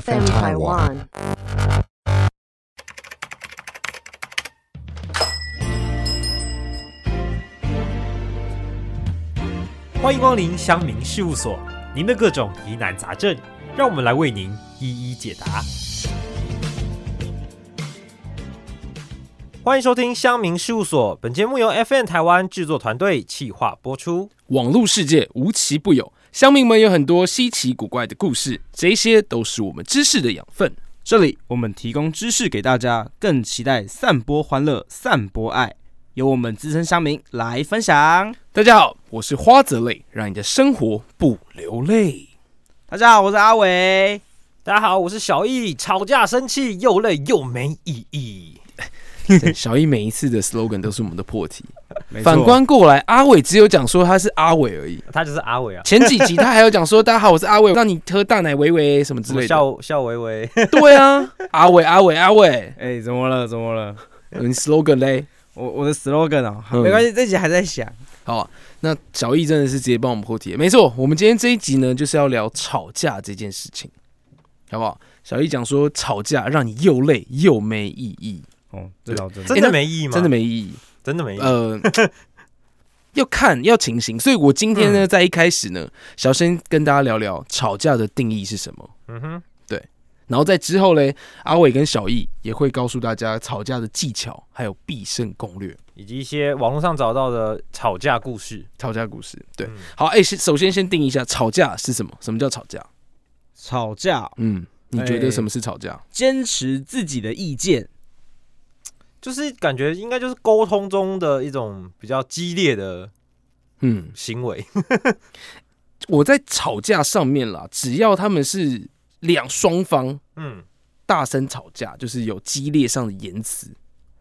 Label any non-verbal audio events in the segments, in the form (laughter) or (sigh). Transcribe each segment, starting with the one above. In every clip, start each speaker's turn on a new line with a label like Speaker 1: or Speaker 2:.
Speaker 1: FM Taiwan.
Speaker 2: 欢迎光临乡民事务所，您的各种疑难杂症，让我们来为您一一解答。欢迎收听乡民事务所，本节目由 FN 台湾制作团队企划播出。
Speaker 3: 网络世界无奇不有，乡民们有很多稀奇古怪的故事，这些都是我们知识的养分。
Speaker 4: 这里我们提供知识给大家，更期待散播欢乐、散播爱，由我们资深乡民来分享。
Speaker 3: 大家好，我是花泽类，让你的生活不流 (laughs) 泪。
Speaker 4: 大家好，我是阿伟。
Speaker 2: 大家好，我是小易，吵架生气又累又没意义。
Speaker 3: 对小易每一次的 slogan 都是我们的破题。反观过来，阿伟只有讲说他是阿伟而已。
Speaker 2: 他就是阿伟啊，
Speaker 3: 前几集他还有讲说大家好，我是阿伟，让你喝大奶维维什么之
Speaker 2: 什么
Speaker 3: 类的。
Speaker 2: 笑笑微微，
Speaker 3: 对啊，阿伟阿伟阿伟，
Speaker 4: 哎、怎么了？怎么了？
Speaker 3: 你 slogan 嘞？
Speaker 4: 我我的 slogan 哦，
Speaker 3: 嗯
Speaker 4: 没关系，这集还在想。
Speaker 3: 好、啊，那小易真的是直接帮我们破题了。没错，我们今天这一集呢，就是要聊吵架这件事情，好不好？小易讲说，吵架让你又累又没意义，
Speaker 4: 哦，知道知道。
Speaker 2: (laughs) 真的没意义吗？
Speaker 3: (laughs) 真的没意义。
Speaker 2: 真的没意义。
Speaker 3: 呃，要看要情形。所以我今
Speaker 2: 嗯
Speaker 3: 天呢，在一开始呢，小先跟大家聊聊吵架的定义是什么，
Speaker 2: 嗯哼，
Speaker 3: 然后在之后嘞，阿伟跟小易也会告诉大家吵架的技巧，还有必胜攻略。
Speaker 2: 以及一些网络上找到的吵架故事。
Speaker 3: 吵架故事，对
Speaker 2: 嗯，
Speaker 3: 好，哎、先首先先定义一下吵架是什么？什么叫吵架？
Speaker 4: 吵架，
Speaker 3: 嗯，你觉得
Speaker 4: 哎
Speaker 3: 什么是吵架？
Speaker 4: 坚持自己的意见，
Speaker 2: 就是感觉应该就是沟通中的一种比较激烈的
Speaker 3: 嗯，
Speaker 2: 行为，
Speaker 3: 我在吵架上面啦，只要他们是两双方
Speaker 2: 嗯，
Speaker 3: 大声吵架，就是有激烈上的言辞，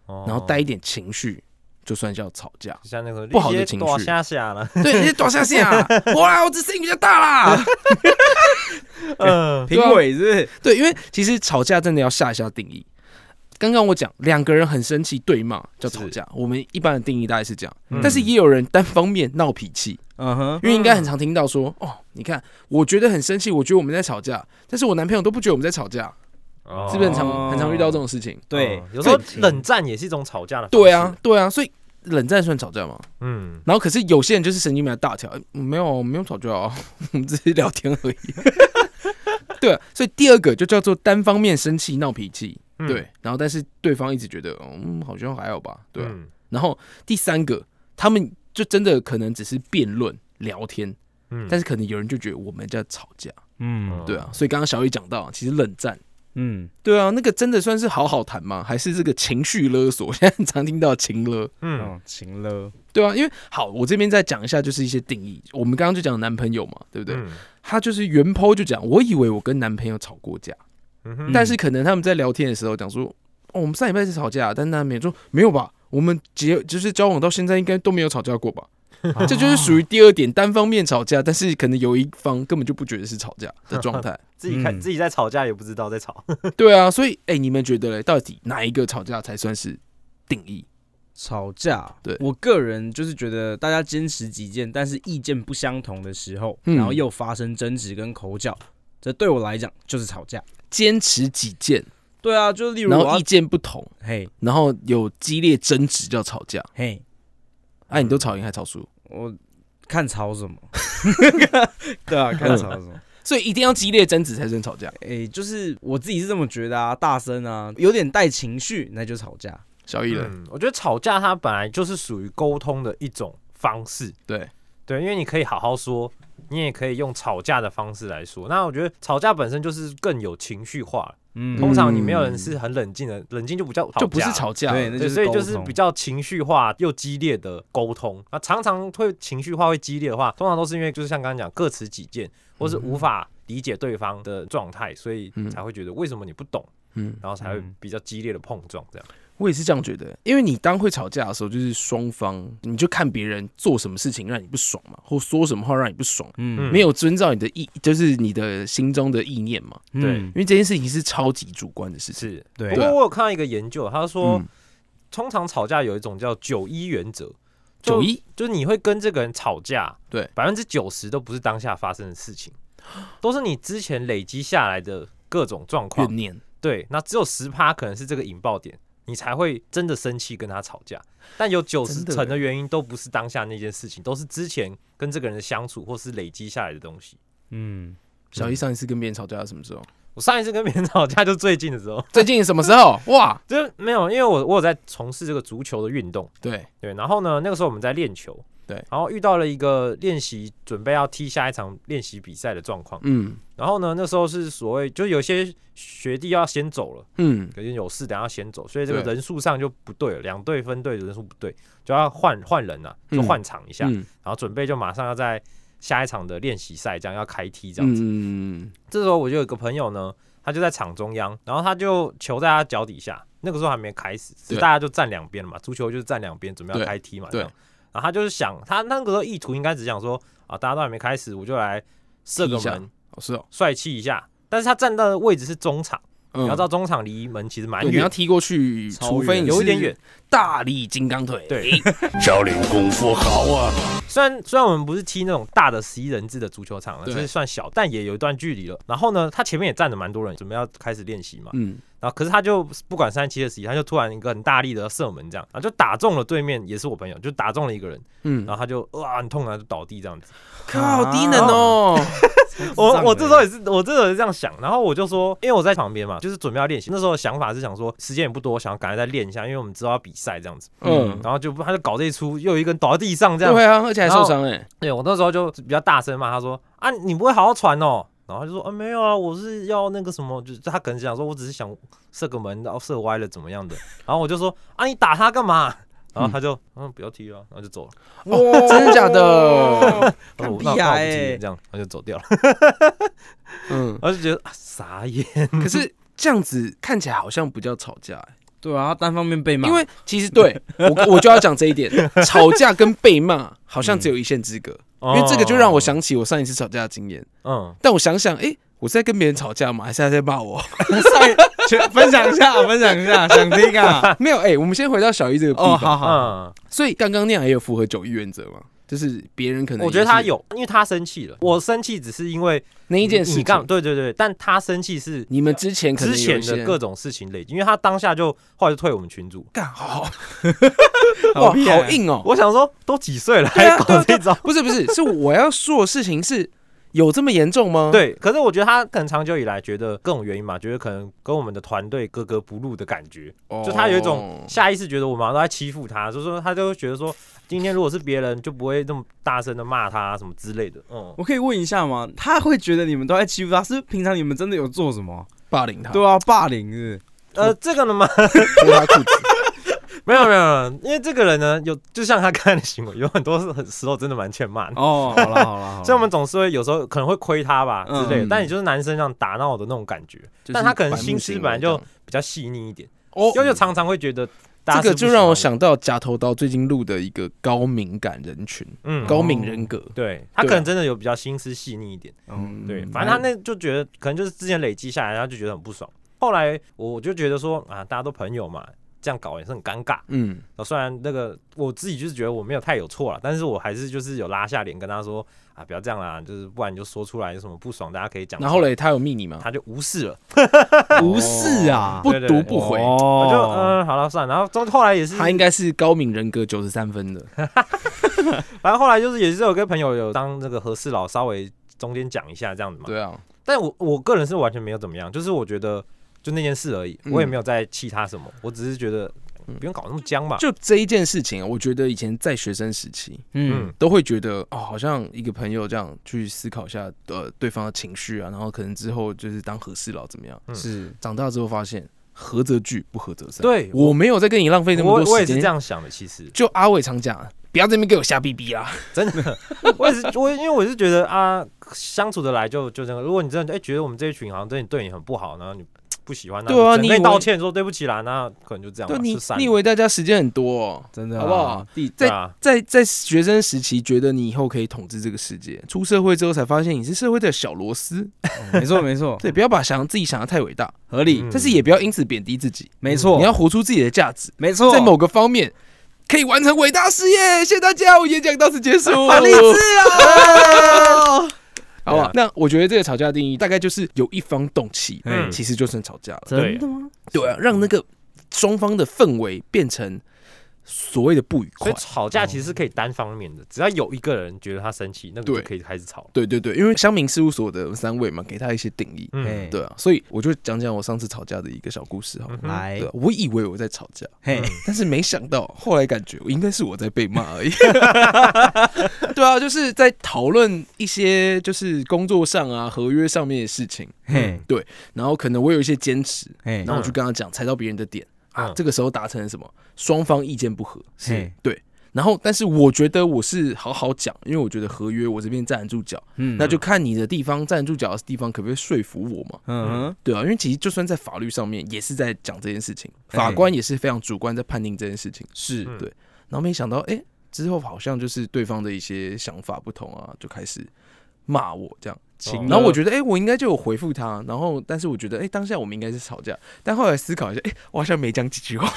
Speaker 2: 然。
Speaker 3: 然后带一点情绪，就算叫吵架
Speaker 2: 像哦那个
Speaker 3: 不好的情绪
Speaker 2: 下下了，
Speaker 3: 对，你躲下下，我啦，我这声音比较大啦。
Speaker 2: (laughs)
Speaker 3: (laughs)
Speaker 2: 嗯，
Speaker 4: 评
Speaker 3: 对啊
Speaker 4: 委是不是
Speaker 3: 对，因为其实吵架真的要下一下定义。刚刚我讲两个人很生气对骂叫吵架，我们一般的定义大概是这样，
Speaker 2: 嗯
Speaker 3: 但是也有人单方面闹脾气，
Speaker 4: 嗯哼，
Speaker 3: 因为应该很常听到说，哦，你看，我觉得很生气，我觉得我们在吵架，但是我男朋友都不觉得我们在吵架，
Speaker 2: 哦
Speaker 3: 是不是很常、
Speaker 4: 哦
Speaker 3: 很常遇到这种事情？
Speaker 4: 对
Speaker 2: 嗯，有时候冷战也是一种吵架的，
Speaker 3: 对啊，，对啊，所以冷战算吵架吗？
Speaker 2: 嗯，
Speaker 3: 然后可是有些人就是神经比较大条，呃没有，我们没有吵架啊， (laughs) 我们只是聊天而已。 (laughs) 对啊、所以第二个就叫做单方面生气闹脾气，
Speaker 2: 嗯
Speaker 3: 对，，然后但是对方一直觉得，哦嗯，好像还好吧，对啊、
Speaker 2: 嗯
Speaker 3: 然后第三个，他们就真的可能只是辩论聊天，
Speaker 2: 嗯，
Speaker 3: 但是可能有人就觉得我们在吵架。
Speaker 4: 嗯
Speaker 3: 对啊，所以刚刚小雨讲到，其实冷战，
Speaker 4: 嗯，
Speaker 3: 对啊，那个真的算是好好谈吗？还是这个情绪勒索？现在常听到情勒，
Speaker 2: 嗯
Speaker 4: 哦，晴了，
Speaker 3: 对啊，因为好，我这边再讲一下，就是一些定义。我们刚刚就讲男朋友嘛，对不对？
Speaker 2: 嗯
Speaker 3: 他就是原 po 就讲，我以为我跟男朋友吵过架，
Speaker 2: 嗯哼，
Speaker 3: 但是可能他们在聊天的时候讲说，哦，我们上礼拜是吵架，但男朋友说没有吧，我们结就是交往到现在应该都没有吵架过 (laughs) 吧。这就是属于第二点，单方面吵架，但是可能有一方根本就不觉得是吵架的状态。
Speaker 2: 自己看
Speaker 4: 嗯
Speaker 2: 自己在吵架也不知道在吵，
Speaker 3: 对啊，所以哎、你们觉得嘞，到底哪一个吵架才算是定义？
Speaker 4: 吵架，
Speaker 3: 对
Speaker 4: 我个人就是觉得大家坚持己见，但是意见不相同的时候，
Speaker 3: 嗯
Speaker 4: 然后又发生争执跟口角，这对我来讲就是吵架。
Speaker 3: 坚持己见，
Speaker 4: 对啊，就例如
Speaker 3: 然
Speaker 4: 我
Speaker 3: 后
Speaker 4: 要
Speaker 3: 意见不同，
Speaker 4: 嘿
Speaker 3: 然后有激烈争执叫吵架。
Speaker 4: 嘿，
Speaker 3: 哎、
Speaker 4: 嗯
Speaker 3: 你都吵赢还吵输，
Speaker 4: 我看吵什
Speaker 3: (laughs)
Speaker 4: 么？对啊，看吵什么？
Speaker 3: 所以一定要激烈争执才算吵架。
Speaker 4: 诶、就是我自己是这么觉得啊，大声啊，有点带情绪，那就吵架。
Speaker 3: 小易了，
Speaker 2: 嗯，我觉得吵架它本来就是属于沟通的一种方式，
Speaker 3: 对，
Speaker 2: 对，因为你可以好好说，你也可以用吵架的方式来说。那我觉得吵架本身就是更有情绪化，
Speaker 4: 嗯
Speaker 2: 通常你没有人是很冷静的，冷静就不叫
Speaker 3: 就不是
Speaker 2: 架
Speaker 3: 吵架，
Speaker 4: 对那
Speaker 2: 对，
Speaker 4: 就是
Speaker 2: 所以就
Speaker 4: 沟
Speaker 2: 是
Speaker 4: 通
Speaker 2: 比较情绪化又激烈的沟通啊，常常会情绪化会激烈的话，通常都是因为就是像刚刚讲各持己见，或是无法理解对方的状态，所以
Speaker 3: 嗯
Speaker 2: 才会觉得为什么你不懂，
Speaker 3: 嗯，
Speaker 2: 然后才会
Speaker 4: 嗯
Speaker 2: 比较激烈的碰撞这样。
Speaker 3: 我也是这样觉得。因为你当会吵架的时候，就是双方你就看别人做什么事情让你不爽嘛，或说什么话让你不爽，
Speaker 4: 嗯
Speaker 3: 没有遵照你的意，就是你的心中的意念嘛。
Speaker 4: 嗯
Speaker 2: 对
Speaker 3: 因为这件事情是超级主观的事情。
Speaker 2: 是，
Speaker 4: 对
Speaker 2: 不过我有看到一个研究，他说
Speaker 3: 嗯，
Speaker 2: 通常吵架有一种叫九一原则，就
Speaker 3: 九一
Speaker 2: 就是你会跟这个人吵架，
Speaker 3: 对，
Speaker 2: 百分之九十都不是当下发生的事情，都是你之前累积下来的各种状况
Speaker 3: 怨，念，
Speaker 2: 对，那只有十趴可能是这个引爆点，你才会真的生气跟他吵架。但有九十
Speaker 3: 真的
Speaker 2: 成的
Speaker 3: 欸
Speaker 2: 原因都不是当下那件事情，都是之前跟这个人的相处或是累积下来的东西。
Speaker 4: 嗯，
Speaker 3: 小一上一次跟别人吵架是什么时候？
Speaker 2: 我上一次跟别人吵架就最近的时候，
Speaker 3: 最近什么时候？哇，
Speaker 2: 就是没有，因为我我有在从事这个足球的运动，
Speaker 3: 对，
Speaker 2: (laughs) 对，然后呢，那个时候我们在练球，
Speaker 3: 对，
Speaker 2: 然后遇到了一个练习准备要踢下一场练习比赛的状况，
Speaker 3: 嗯
Speaker 2: 然后呢，那时候是所谓就有些学弟要先走了，
Speaker 3: 嗯，
Speaker 2: 可能有事，等下先走，所以这个
Speaker 3: 对
Speaker 2: 人数上就不对了，两队分队的人数不对，就要换换人了、就
Speaker 3: 嗯
Speaker 2: 换场一下，
Speaker 3: 嗯
Speaker 2: 然后准备就马上要在下一场的练习赛这样要开踢这样子。
Speaker 3: 嗯，
Speaker 2: 这时候我就有一个朋友呢，他就在场中央，然后他就球在他脚底下，那个时候还没开始，只是
Speaker 3: 对
Speaker 2: 大家就站两边了嘛，足球就是站两边，准备要
Speaker 3: 对
Speaker 2: 开踢嘛，这
Speaker 3: 对
Speaker 2: 样。然后他就是想，他那个时候意图应该只想说啊，大家都还没开始，我就来射个
Speaker 3: 踢一下
Speaker 2: 门，
Speaker 3: 哦是哦，
Speaker 2: 帅气一下。但是他站到的位置是中场，
Speaker 3: 嗯
Speaker 2: 你要知道中场离门其实蛮
Speaker 3: 对你要
Speaker 2: 远，
Speaker 3: 踢过去，
Speaker 4: 超
Speaker 3: 除非
Speaker 4: 远
Speaker 3: 你
Speaker 2: 有一
Speaker 3: 是
Speaker 2: 点远。
Speaker 3: 大力金刚腿，
Speaker 2: 对，
Speaker 1: 少林功夫好啊！
Speaker 2: 虽然虽然我们不是踢那种大的十一人制的足球场了，就
Speaker 3: 对
Speaker 2: 是算小，但也有一段距离了。然后呢，他前面也站了蛮多人，准备要开始练习嘛。
Speaker 3: 嗯，
Speaker 2: 然后可是他就不管三七二十一，他就突然一个很大力的射门，这样，然后就打中了对面，也是我朋友，就打中了一个人，
Speaker 3: 嗯
Speaker 2: 然，后他就哇很痛，然后啊就倒地这样子。
Speaker 3: 靠，低能哦， (laughs)
Speaker 2: 我我这时候也是，我这时候也是这样想，然后我就说，因为我在旁边嘛，就是准备要练习，那时候的想法是想说时间也不多，想要赶快再练一下，因为我们知道要比赛这样子，
Speaker 3: 嗯，
Speaker 2: 然后就他就搞这一出，又有一个人倒在地上这样，
Speaker 3: 对啊，而且还
Speaker 2: 然后
Speaker 3: 受伤
Speaker 2: (laughs)
Speaker 3: 哎，
Speaker 2: 对我那时候就比较大声骂他说啊，你不会好好传哦。然后他就说啊，没有啊，我是要那个什么，就是他可能想说，我只是想射个门，然后射歪了怎么样的。然后我就说啊，你打他干嘛？然后他就嗯，不要踢了，然后就走了。
Speaker 3: 哦真的假的？
Speaker 2: 然后我那那我
Speaker 3: 哎
Speaker 4: 干屁呀
Speaker 2: 不踢了
Speaker 4: 欸
Speaker 2: 这样，他就走掉了。 (laughs)
Speaker 3: 嗯，
Speaker 2: 然后就觉得啊，傻眼。
Speaker 3: 可是这样子看起来好像不叫吵架欸，
Speaker 4: 对啊，他单方面被骂，
Speaker 3: 因为其实对我我就要讲这一点，吵架跟被骂好像只有一线之
Speaker 2: (laughs)
Speaker 3: 隔，
Speaker 2: 因
Speaker 3: 因为这个就让我，想起我上一次吵架的经验。
Speaker 2: 嗯，
Speaker 3: 但我想想，诶，我是在跟别人吵架吗？还是他在
Speaker 2: (laughs)
Speaker 3: 骂我？
Speaker 4: 全 (laughs) 分享一下，分享一下，想听啊。
Speaker 3: (laughs) 没有，诶，我们先回到小一这个地
Speaker 4: 哦，
Speaker 3: 方。
Speaker 4: 好好，
Speaker 2: 嗯，
Speaker 3: 所以刚刚那样也有符合九一原则嘛？就是别人可能
Speaker 2: 我觉得他
Speaker 3: 也是
Speaker 2: 有，因为他生气了。我生气只是因为
Speaker 3: 那一件事
Speaker 2: 你干，
Speaker 3: 情，
Speaker 2: 对对对，但他生气是
Speaker 3: 你们之前可能
Speaker 2: 之前的各
Speaker 3: 个
Speaker 2: 种事情累积，因为他当下就后来就退我们群组。
Speaker 3: (laughs)
Speaker 2: (laughs)
Speaker 3: 干好好
Speaker 4: 好
Speaker 3: 哇，
Speaker 4: 屁啊
Speaker 3: 好硬哦！
Speaker 2: 我想说，都几岁了
Speaker 3: 对
Speaker 2: 还
Speaker 3: 啊
Speaker 2: 搞这招？
Speaker 3: 不是不是，是我要说的事情是有这么严重吗？，
Speaker 2: 对，可是我觉得他可能长久以来觉得各种原因嘛，觉得可能跟我们的团队格格不入的感觉，
Speaker 3: 哦
Speaker 2: 就他有一种下意识觉得我们好像都在欺负他，就是说他就会觉得说，今天如果是别人就不会那么大声的骂他什么之类的。嗯，
Speaker 3: 哦
Speaker 4: 我可以问一下吗？他会觉得你们都在欺负他，是不是平常你们真的有做什么？
Speaker 3: 霸凌他，
Speaker 4: 对啊，霸凌是
Speaker 2: 呃，这个呢 (laughs) 嘛，
Speaker 3: 脱他裤子。
Speaker 2: 没有没有，没有因为这个人呢，有就像他刚才的行为，有很多是很时候真的蛮欠骂
Speaker 4: 不
Speaker 2: 的
Speaker 4: 是。哦，好了好
Speaker 2: (laughs)
Speaker 4: 了，好啦
Speaker 2: 所以我们总是会有时候可能会亏他吧之类的，
Speaker 3: 嗯
Speaker 2: 但你就是男生这样打闹的那种感觉，
Speaker 3: 就
Speaker 2: (laughs)
Speaker 3: 是
Speaker 2: 但他可能
Speaker 3: 反目
Speaker 2: 心思
Speaker 3: 行
Speaker 2: 本来
Speaker 3: 为
Speaker 2: 就
Speaker 3: 这样
Speaker 2: 比较细腻一点，
Speaker 3: 哦
Speaker 2: 因为就常常会觉得大家是
Speaker 3: 这个
Speaker 2: 不喜
Speaker 3: 就
Speaker 2: 欢
Speaker 3: 让我
Speaker 2: 我，
Speaker 3: 想到假头刀最近录的一个高敏感人群、
Speaker 2: 嗯
Speaker 3: 高敏人格，
Speaker 2: 对他可
Speaker 3: 对啊
Speaker 2: 能真的有比较心思细腻一点，
Speaker 4: 嗯
Speaker 2: 对，
Speaker 3: 嗯
Speaker 2: 反正他那就觉得可能就是之前累积下来，他就觉得很不爽。后来我我就觉得说啊，大家都朋友嘛，这样搞也是很尴尬。
Speaker 3: 嗯，
Speaker 2: 啊虽然那个我自己就是觉得我没有太有错了，但是我还是就是有拉下脸跟他说啊，不要这样啦，就是不然你就说出来有什么不爽，大家可以讲出来。
Speaker 3: 然后嘞，他有密你吗？
Speaker 2: 他就无视了，
Speaker 4: 无视啊，
Speaker 3: 不
Speaker 2: 对对
Speaker 3: 读
Speaker 2: 对
Speaker 3: 不回，
Speaker 2: 我
Speaker 4: 哦
Speaker 2: 就嗯、好了算了。然后中后来也是，
Speaker 3: 他应该是高敏人格九十三
Speaker 2: (laughs)
Speaker 3: 分的，
Speaker 2: 反正后来就是也是有跟朋友有当那个和事佬稍微中间讲一下这样子嘛。
Speaker 3: 对啊，
Speaker 2: 但我我个人是完全没有怎么样，就是我觉得就那件事而已，
Speaker 3: 嗯
Speaker 2: 我也没有在气他什么，我只是觉得
Speaker 3: 嗯
Speaker 2: 不用搞那么僵吧。
Speaker 3: 就这一件事情啊，我觉得以前在学生时期
Speaker 4: 嗯
Speaker 2: 嗯，
Speaker 3: 都会觉得哦，好像一个朋友这样去思考一下呃对方的情绪啊，然后可能之后就是当和事佬怎么样。
Speaker 2: 嗯
Speaker 4: 是
Speaker 3: 长大之后发现，合则聚，不合则散。，
Speaker 2: 对
Speaker 3: 我没有在跟你浪费那么
Speaker 2: 我
Speaker 3: 多时间。
Speaker 2: 我也是这样想的，其实
Speaker 3: 就阿伟常讲，不要在那边给我瞎逼逼啊。
Speaker 2: 真的，我也是我因为我是觉得啊，相处得来就就这样。如果你真的哎、觉得我们这一群好像对你对你很不好，然后你不喜欢，那
Speaker 3: 对啊
Speaker 2: 你
Speaker 3: 你
Speaker 2: 整
Speaker 3: 以
Speaker 2: 个
Speaker 3: 为
Speaker 2: 道歉说对不起啦，那可能就这样吧，
Speaker 3: 对你
Speaker 2: 就散，了
Speaker 3: 你以为大家时间很多、哦？
Speaker 4: 真的啊
Speaker 3: 好不好？
Speaker 4: 地
Speaker 2: 对啊，
Speaker 3: 在在学生时期，觉得你以后可以统治这个世界，出社会之后才发现你是社会的小螺丝。
Speaker 4: 没错没 (laughs)
Speaker 2: 哦
Speaker 4: 错，
Speaker 3: 对，不要把想自己想的太伟大，
Speaker 4: 合理，
Speaker 2: 嗯
Speaker 3: 但是也不要因此贬低自己。
Speaker 4: 没错，
Speaker 2: 哦
Speaker 3: 你要活出自己的价值，
Speaker 4: 没错，
Speaker 3: 在某个方面可以完
Speaker 2: (laughs)
Speaker 3: 成伟大事业。谢谢大家，我演讲到此结束。哦
Speaker 4: 好励志啊！
Speaker 3: 好不好
Speaker 2: 对啊？
Speaker 3: 那我觉得这个吵架的定义大概就是有一方动气，
Speaker 2: 嗯
Speaker 3: 其实就算吵架了。
Speaker 4: 真的吗？
Speaker 3: 对啊，让那个双方的氛围变成所谓的不愉
Speaker 2: 所
Speaker 3: 快
Speaker 2: 以。吵
Speaker 3: 哦
Speaker 2: 架其实是可以单方面的，只要有一个人觉得他生气，那个
Speaker 3: 对
Speaker 2: 就可以开始吵了。
Speaker 3: 对对对，因为乡民事务所的三位嘛，给他一些定义。
Speaker 2: 嗯
Speaker 4: 哎，
Speaker 3: 对啊，所以我就讲讲我上次吵架的一个小故事好了。
Speaker 2: 嗯
Speaker 4: 来
Speaker 3: 对啊，，我以为我在吵架，
Speaker 4: 哎嘿，
Speaker 3: 但是没想到，后来感觉应该是我在被骂而已。对啊，就是在讨论一些就是工作上啊、合约上面的事情，
Speaker 4: 嘿，
Speaker 3: 然后可能我有一些坚持，
Speaker 4: 嘿
Speaker 3: 然，后我就跟他讲，踩到别人的点啊
Speaker 2: 嗯，
Speaker 3: 这个时候达成了什么？双方意见不合，
Speaker 4: 是，
Speaker 3: 对。然后，但是我觉得我是好好讲，因为我觉得合约我这边站得住脚，
Speaker 4: 嗯
Speaker 3: 那就看你的地方站得住脚的地方可不可以说服我嘛？
Speaker 4: 嗯哼，
Speaker 3: 对啊，因为其实就算在法律上面也是在讲这件事情，法官也是非常主观在判定这件事情。
Speaker 4: 哎是
Speaker 2: 嗯
Speaker 3: 对，然后没想到，哎、之后好像就是对方的一些想法不同啊，就开始骂我这样。
Speaker 4: 情
Speaker 2: 嗯
Speaker 3: 然后我
Speaker 4: 得
Speaker 3: 觉得，哎、我应该就有回复他，然后但是我觉得，哎、当下我们应该是吵架，但后来思考一下，哎、我好像没讲几句
Speaker 4: (laughs)
Speaker 3: 话。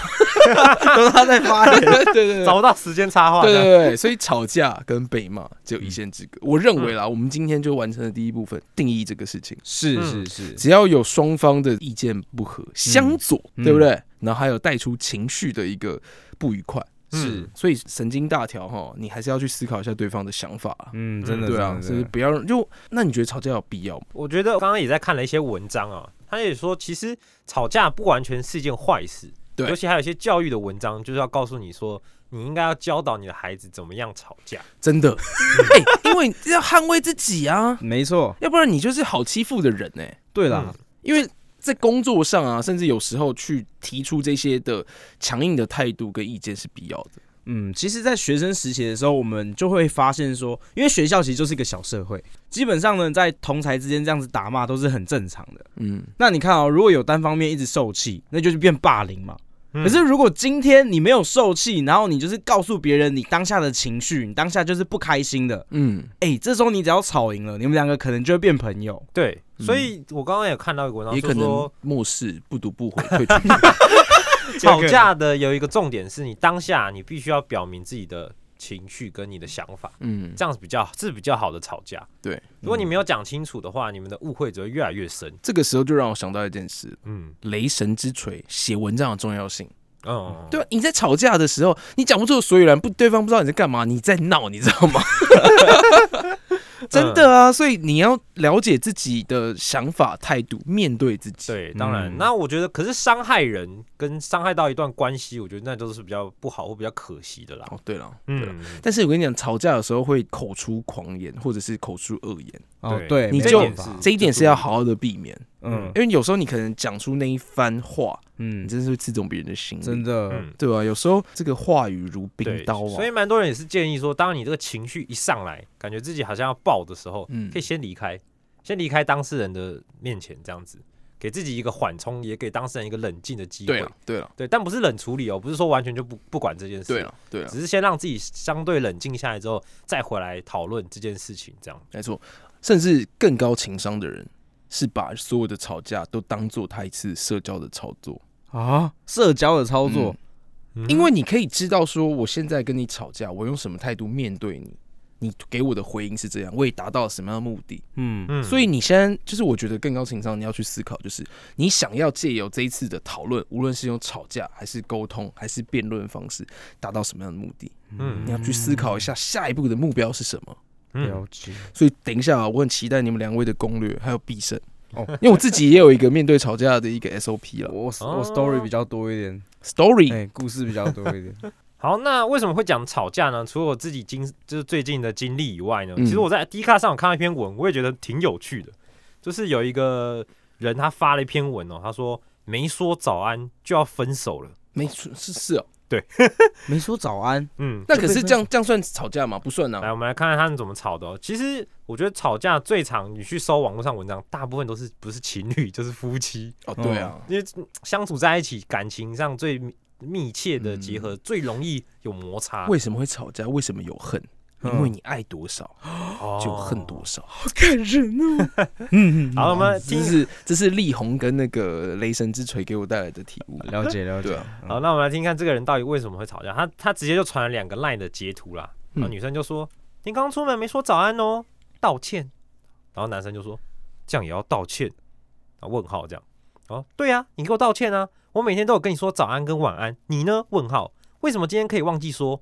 Speaker 4: 都是他在发言，
Speaker 3: 对对对
Speaker 2: 找不到时间插话
Speaker 3: 对
Speaker 2: 的，
Speaker 3: 对对，所以吵架跟被骂只
Speaker 4: 嗯
Speaker 3: 有一线之隔。我认为啦，我们今天就完成了第一部分，定义这个事情。
Speaker 4: 是是
Speaker 2: 嗯
Speaker 4: 是，
Speaker 3: 只要有双方的意见不合、相左，
Speaker 4: 嗯
Speaker 3: 对不对？然后还有带出情绪的一个不愉快，
Speaker 4: 是
Speaker 2: 嗯
Speaker 3: 所以神经大条哈，你还是要去思考一下对方的想法啊。
Speaker 4: 嗯，真的，
Speaker 3: 对啊，
Speaker 4: 真
Speaker 3: 是
Speaker 4: 的
Speaker 3: 不是不要让就那你觉得吵架有必要吗？
Speaker 2: 我觉得刚刚也在看了一些文章啊，他也说其实吵架不完全是一件坏事，
Speaker 3: 对
Speaker 2: 尤其还有一些教育的文章，就是要告诉你说，你应该要教导你的孩子怎么样吵架。
Speaker 3: 真
Speaker 4: (laughs)
Speaker 3: 的，哎，因为你要捍卫自己啊，
Speaker 4: 没错，
Speaker 3: 要不然你就是好欺负的人哎、
Speaker 4: 对啦，
Speaker 3: 因为在工作上啊，甚至有时候去提出这些的强硬的态度跟意见是必要的。
Speaker 4: 嗯，其实，在学生时期的时候，我们就会发现说，因为学校其实就是一个小社会，基本上呢，在同才之间这样子打骂都是很正常的。
Speaker 3: 嗯，
Speaker 4: 那你看哦，如果有单方面一直受气，那就是变霸凌嘛。
Speaker 2: 嗯
Speaker 4: 可是如果今天你没有受气，然后你就是告诉别人你当下的情绪，你当下就是不开心的，
Speaker 3: 嗯，
Speaker 4: 哎、这时候你只要吵赢了，你们两个可能就会变朋友。
Speaker 2: 对，所以我刚刚也看到一个文章，
Speaker 3: 嗯也可
Speaker 2: 是
Speaker 3: 能
Speaker 2: 说
Speaker 3: 漠视、不读不回、退出。
Speaker 4: (laughs)
Speaker 2: 吵架的有一个重点是你当下你必须要表明自己的情绪跟你的想法，
Speaker 3: 嗯，
Speaker 2: 这样子比较是比较好的吵架。
Speaker 3: 对，嗯
Speaker 2: 如果你没有讲清楚的话，你们的误会只会越来越深。
Speaker 3: 这个时候就让我想到一件事：
Speaker 2: 嗯
Speaker 3: 雷神之锤写文章的重要
Speaker 4: 哦
Speaker 3: 性。
Speaker 2: 嗯，
Speaker 3: 对啊，你在吵架的时候，你讲不出所以然，不，对方不知道你在干嘛，你在闹，你知道
Speaker 4: (laughs)
Speaker 3: 吗？真的啊，所以你要了解自己的想法、态度，面对自己。
Speaker 2: 对，当然，
Speaker 4: 嗯
Speaker 2: 那我觉得，可是伤害人跟伤害到一段关系，我觉得那都是比较不好或比较可惜的啦。
Speaker 3: 哦，对了，对了。
Speaker 2: 嗯，
Speaker 3: 但是我跟你讲，吵架的时候会口出狂言，或者是口出恶言，
Speaker 4: 哦，
Speaker 2: 对
Speaker 4: 对，
Speaker 3: 你
Speaker 4: 没
Speaker 3: 就
Speaker 4: 办法
Speaker 3: 这一点是要好好的避免，
Speaker 4: 嗯
Speaker 3: 因为有时候你可能讲出那一番话，你
Speaker 4: 嗯，
Speaker 3: 真是会刺中别人的心，
Speaker 4: 真，的，
Speaker 2: 嗯，
Speaker 3: 对啊，有时候这个话语如
Speaker 2: 对
Speaker 3: 冰，刀啊，
Speaker 2: 所以蛮多人也是建议说，当你这个情绪一上来，感觉自己好像要爆的时候，
Speaker 3: 嗯
Speaker 2: 可以先离开，先离开当事人的面前，这样子给自己一个缓冲，也给当事人一个冷静的机
Speaker 3: 对啊
Speaker 2: 会
Speaker 3: 了。，对了，
Speaker 2: 对，但不是冷处理哦，不是说完全就不不管这件事，
Speaker 3: 对了，对啊了，
Speaker 2: 只是先让自己相对冷静下来之后，再回来讨论这件事情，这样。
Speaker 3: 没错，甚至更高情商的人是把所有的吵架都当做他一次社交的操作，
Speaker 4: 啊，社交的
Speaker 3: 嗯
Speaker 4: 操作，
Speaker 3: 因为你可以知道说，我现在跟你吵架，我用什么态度面对你，你给我的回应是这样，我也达到了什么样的目的。
Speaker 4: 嗯
Speaker 2: 嗯，
Speaker 3: 所以你现在就是我觉得更高情商，你要去思考，就是你想要借由这一次的讨论，无论是用吵架还是沟通还是辩论方式，达到什么样的目的，
Speaker 2: 嗯
Speaker 3: 你要去思考一下下一步的目标是什
Speaker 2: 嗯
Speaker 3: 么。啊
Speaker 4: 了解，
Speaker 3: 所以等一下、啊，我很期待你们两位的攻略还有必胜
Speaker 4: 哦
Speaker 3: 哦，因为我自己也有一个面对吵架的一个 SOP
Speaker 4: (laughs)
Speaker 3: 了
Speaker 4: 我我
Speaker 2: 哦
Speaker 4: story 比较多一点，
Speaker 3: ，story，、
Speaker 4: 哎，故事比较多
Speaker 3: (laughs)
Speaker 4: 一点，
Speaker 2: 好，那为什么会讲吵架呢？除了我自己经就是最近的经历以外呢，
Speaker 3: 嗯
Speaker 2: 其实我在 D 卡上有看到一篇文，我也觉得挺有趣的。就是有一个人他发了一篇文哦，他说没说早安就要分手了。
Speaker 3: 没错，是是哦，
Speaker 4: 没说早安，
Speaker 2: 嗯，
Speaker 3: 那可是这样这样算吵架吗？不算啊，
Speaker 2: 来我们来看看他们怎么吵的哦。其实我觉得吵架最常你去搜网络上文章，大部分都是不是情侣就是夫妻，
Speaker 3: 哦，对啊，
Speaker 2: 因为嗯相处在一起感情上最密密切的结合，最容易有摩擦，
Speaker 3: 为嗯什么会吵架？为什么有恨？
Speaker 4: 嗯
Speaker 3: 因为你爱多少就恨
Speaker 2: 哦。
Speaker 3: 多少， (laughs)
Speaker 4: 嗯，
Speaker 2: 好，我们
Speaker 3: 这
Speaker 2: 听
Speaker 3: 是这是力宏跟那个雷神之锤给我带来的体悟。
Speaker 4: 了解了
Speaker 3: 对
Speaker 4: 解
Speaker 3: 啊，
Speaker 4: 嗯
Speaker 2: 好，那我们来听看这个人到底为什么会吵架。他他直接就传了两个 LINE 的截图啦，然后
Speaker 3: 嗯
Speaker 2: 女生就说：“您刚出门没说早安哦，道歉。”然后男生就说这样也要道歉啊？问号这样。哦，对呀、你给我道歉啊！我每天都有跟你说早安跟晚安，你呢？问号，为什么今天可以忘记说？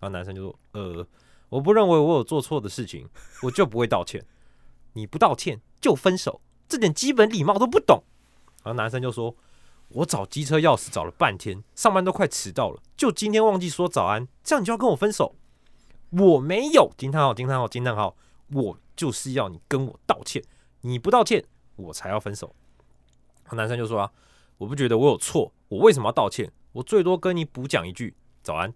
Speaker 2: 然后男生就说：呃，我不认为我有做错的事情，我就不会道歉。你不道歉就分手，这点基本礼貌都不懂。然后男生就说：我找机车钥匙找了半天，上班都快迟到了，就今天忘记说早安，这样你就要跟我分手？我没有！惊叹号！惊叹号！惊叹号！我就是要你跟我道歉，你不道歉，我才要分手。男生就说啊，我不觉得我有错，我为什么要道歉？我最多跟你补讲一句早安。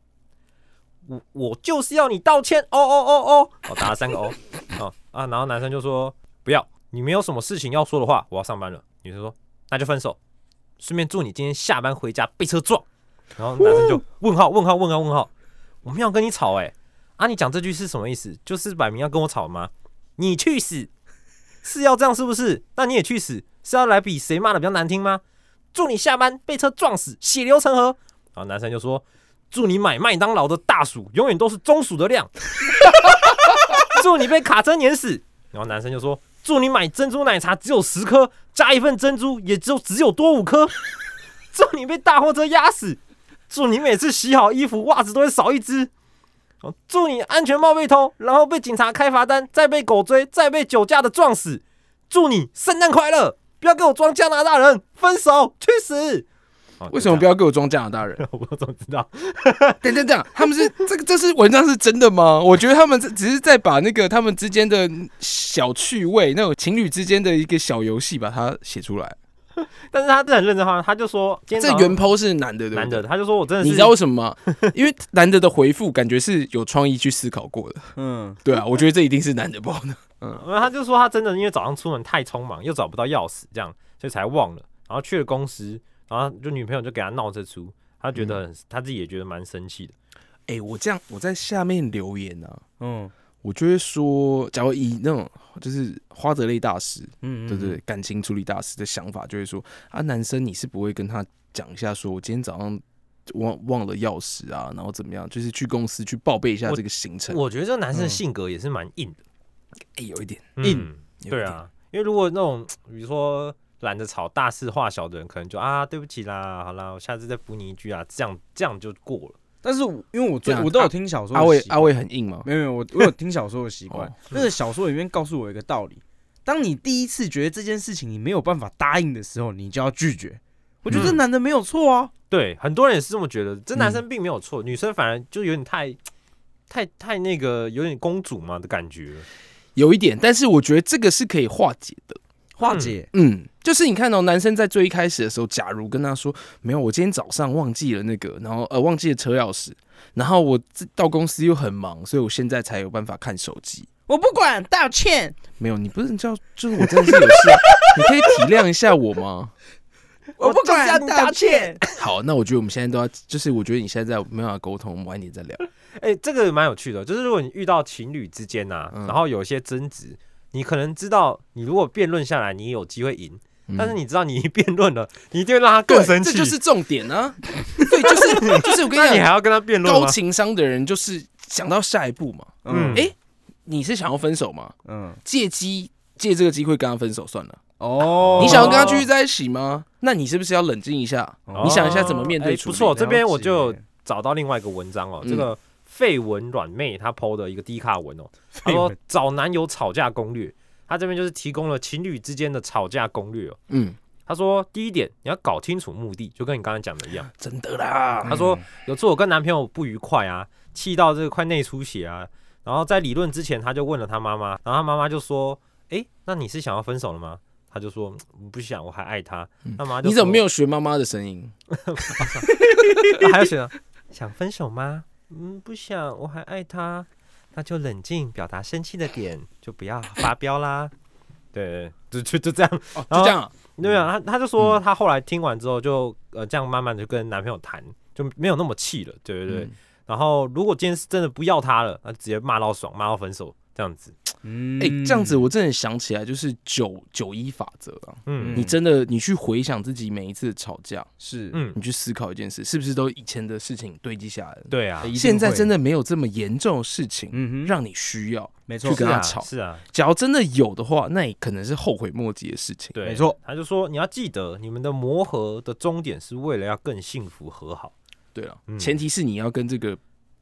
Speaker 2: 我我就是要你道歉，哦哦哦哦，我、打了三个哦，啊啊，然后男生就说不要，你没有什么事情要说的话，我要上班了。女生说那就分手，顺便祝你今天下班回家被车撞。然后男生就问号问号问号问号，我没有跟你吵哎、啊你讲这句是什么意思？就是摆明要跟我吵吗？你去死！是要这样是不是？那你也去死！是要来比谁骂的比较难听吗？祝你下班被车撞死，血流成河。然后男生就说：“祝你买麦当劳的大薯永远都是中薯的量。” (laughs) 祝你被卡车碾死。然后男生就说：“祝你买珍珠奶茶只有十颗，加一份珍珠也只有只有多五颗。 (laughs) 祝你被大货车压死。祝你每次洗好衣服袜子都会少一只。哦祝你安全帽被偷，然后被警察开罚单，再被狗追，再被酒驾的撞死。祝你圣诞快乐！不要给我装加拿大人，分手，去死！哦
Speaker 3: 为什么不
Speaker 2: 就
Speaker 3: 要给我装加拿大人？
Speaker 2: 这样 (laughs) 我怎么知道？
Speaker 3: 等等等，他们是这个这是文章是真的吗？我觉得他们这只是在把那个他们之间的小趣味，那种情侣之间的一个小游戏，把它写出来。
Speaker 2: 但是他真的很认真话，他就说今天
Speaker 3: 这
Speaker 2: 早上
Speaker 3: 原 po 是男的，对不对
Speaker 2: 男的，他就说我真的是
Speaker 3: 你知道为什么吗？因为男的的回复感觉是有创意去思考过的。
Speaker 4: 嗯，
Speaker 3: 对啊，我觉得这一定是男的包的。
Speaker 2: 然后他就说他真的因为早上出门太匆忙，又找不到钥匙，这样所以才忘了。然后去了公司，然后就女朋友就给他闹这出，他觉
Speaker 3: 嗯
Speaker 2: 得很、他自己也觉得蛮生气的。
Speaker 3: 哎、我这样我在下面留言啊，
Speaker 4: 嗯
Speaker 3: 我就会说，假如以那种就是花泽类大师，
Speaker 4: 嗯，
Speaker 3: 对对对，感情处理大师的想法，就会说啊，男生你是不会跟他讲一下，说我今天早上忘忘了钥匙啊，然后怎么样，就是去公司去报备一下
Speaker 2: 我
Speaker 3: 这个行程。
Speaker 2: 我觉得这个男生的
Speaker 4: 嗯
Speaker 2: 性格也是蛮硬的，
Speaker 3: 哎、有一点，
Speaker 2: 硬、
Speaker 3: 有一
Speaker 2: 对
Speaker 3: 点，
Speaker 2: 啊，因为如果那种比如说懒得吵、大事化小的人，可能就啊对不起啦，好啦，我下次再补你一句啊，这样这样就过了。
Speaker 4: 但是我因为我
Speaker 3: 这
Speaker 4: 最
Speaker 3: 样
Speaker 4: 我都有听小说的
Speaker 3: 阿伟
Speaker 4: 习惯，
Speaker 3: 阿伟很硬吗？
Speaker 4: 没有没有，我我有听小说的习惯
Speaker 3: 哦。
Speaker 4: 那个小说里面告诉我一个道理：当你第一次觉得这件事情你没有办法答应的时候，你就要拒绝。我觉得这
Speaker 2: 嗯
Speaker 4: 男的没有错啊，
Speaker 2: 对，很多人也是这么觉得。这男
Speaker 3: 嗯
Speaker 2: 生并没有错，女生反而就有点太、太、太那个，有点公主嘛的感觉。
Speaker 3: 有一点，但是我觉得这个是可以化解的。
Speaker 4: 化解。
Speaker 3: 嗯，就是你看到、男生在最一开始的时候，假如跟他说没有，我今天早上忘记了那个，然后呃忘记了车钥匙，然后我自到公司又很忙，所以我现在才有办法看手机。
Speaker 4: 我不管，道歉。
Speaker 3: 没有，你不能叫，就是我真的是有事啊， (laughs) 你可以体谅一下我吗？
Speaker 4: 我
Speaker 2: 哦
Speaker 4: 不管，道歉。
Speaker 3: 好，那我觉得我们现在都要，就是我觉得你现在没办法沟通，我们晚一点再聊。
Speaker 2: 哎、这个蛮有趣的，就是如果你遇到情侣之间呐、
Speaker 3: 嗯
Speaker 2: 然后有一些争执，你可能知道，你如果辩论下来，你有机会赢，
Speaker 3: 嗯
Speaker 2: 但是你知道你一辩论了，你一定会让他
Speaker 3: 对
Speaker 2: 更生气，
Speaker 3: 这就是重点啊。对，就是 (laughs) 就是我跟
Speaker 2: 那
Speaker 3: 你
Speaker 2: 你还
Speaker 3: 讲，
Speaker 2: 要跟他辩论
Speaker 3: 高
Speaker 2: 吗？
Speaker 3: 情商的人就是想到下一步嘛。
Speaker 2: 嗯
Speaker 4: 嗯
Speaker 3: 哎、你是想要分手吗？
Speaker 4: 嗯，
Speaker 3: 借机借这个机会跟他分手算了。
Speaker 4: 哦
Speaker 3: 你想要跟他继续在一起吗？那你是不是要冷静一下？
Speaker 4: 哦
Speaker 3: 你想一下怎么面对
Speaker 2: 哎
Speaker 3: 处
Speaker 2: 不
Speaker 3: 理
Speaker 2: 错，这边我就
Speaker 4: 了解
Speaker 2: 找到另外一个文章哦，
Speaker 3: 嗯
Speaker 2: 这个绯闻软妹她 PO 的一个低卡文
Speaker 3: (laughs)
Speaker 2: 哦，她
Speaker 4: 绯
Speaker 2: 说
Speaker 4: 闻
Speaker 2: 找男友吵架攻略，她这边就是提供了情侣之间的吵架攻略哦。
Speaker 3: 嗯，
Speaker 2: 她说第一点，你要搞清楚目的，就跟你刚才讲的一样。
Speaker 3: 真的啦。
Speaker 2: 她说有次我跟男朋友不愉快啊，气到这个快内出血啊，然后在理论之前，她就问了她妈妈，然后她妈妈就说：“诶，那你是想要分手了吗？”她就说嗯不想，我还爱他。她妈就
Speaker 3: 嗯你怎么没
Speaker 2: 有？
Speaker 3: 有学妈妈的声音？
Speaker 2: (laughs) 还有谁呢？想分手吗？嗯，不想，我还爱他。那就冷静表达生气的点，就不要发飙啦。 (laughs) 对，就就就这样。
Speaker 3: 哦，
Speaker 2: 然
Speaker 3: 就
Speaker 2: 后
Speaker 3: 这样啊。
Speaker 2: 对啊，他他就说他后来听完之后就呃这样慢慢的跟男朋友谈，就没有那么气了。对对对。
Speaker 3: 嗯
Speaker 2: 然后如果今天是真的不要他了，那直接骂到爽，骂到分手，这这样子，
Speaker 4: 嗯
Speaker 3: 哎、这样子我真的想起来，就是九九一法则啊。
Speaker 2: 嗯
Speaker 3: 你真的，你去回想自己每一次的吵架，
Speaker 4: 是，
Speaker 2: 嗯，
Speaker 3: 你去思考一件事，是不是都以前的事情堆积下来的？
Speaker 2: 对啊，
Speaker 4: 一定
Speaker 3: 现在
Speaker 4: 会
Speaker 3: 真，的没有这么严重的事情，
Speaker 4: 嗯哼，
Speaker 3: 让你需要。
Speaker 4: 没
Speaker 3: 去
Speaker 4: 错，
Speaker 3: 跟
Speaker 2: 是
Speaker 3: 他
Speaker 2: 啊
Speaker 3: 吵
Speaker 2: 是啊，
Speaker 3: 假如真的有的话，那也可能是后悔莫及的事情。
Speaker 2: 对，啊
Speaker 4: 没错。
Speaker 2: 他就说你要记得，你们的磨合的终点是为了要更幸福和好。
Speaker 3: 对了，
Speaker 2: 嗯
Speaker 3: 前提是你要跟这个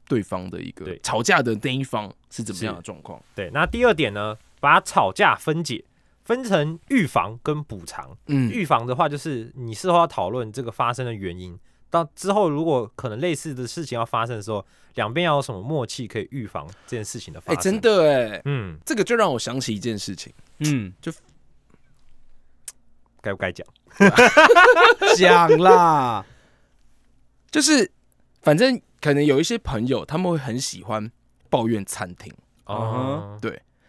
Speaker 3: 对方的一个
Speaker 2: 对
Speaker 3: 吵架的那一方是怎么样的状况。
Speaker 2: 对，那第二点呢，把吵架分解，分成预防跟补偿。
Speaker 3: 嗯，
Speaker 2: 预防的话，就是你事后要讨论这个发生的原因，到之后如果可能类似的事情要发生的时候，两边要有什么默契可以预防这件事情的发
Speaker 3: 哎、
Speaker 2: 生。
Speaker 3: 真，的哎、
Speaker 2: 嗯，
Speaker 3: 这个就让我想起一件事情，
Speaker 4: 嗯，
Speaker 2: 该不该讲？
Speaker 4: 讲
Speaker 3: (laughs)
Speaker 4: 啦，
Speaker 3: 就是反正可能有一些朋友他们会很喜欢抱怨餐厅，
Speaker 2: 哦，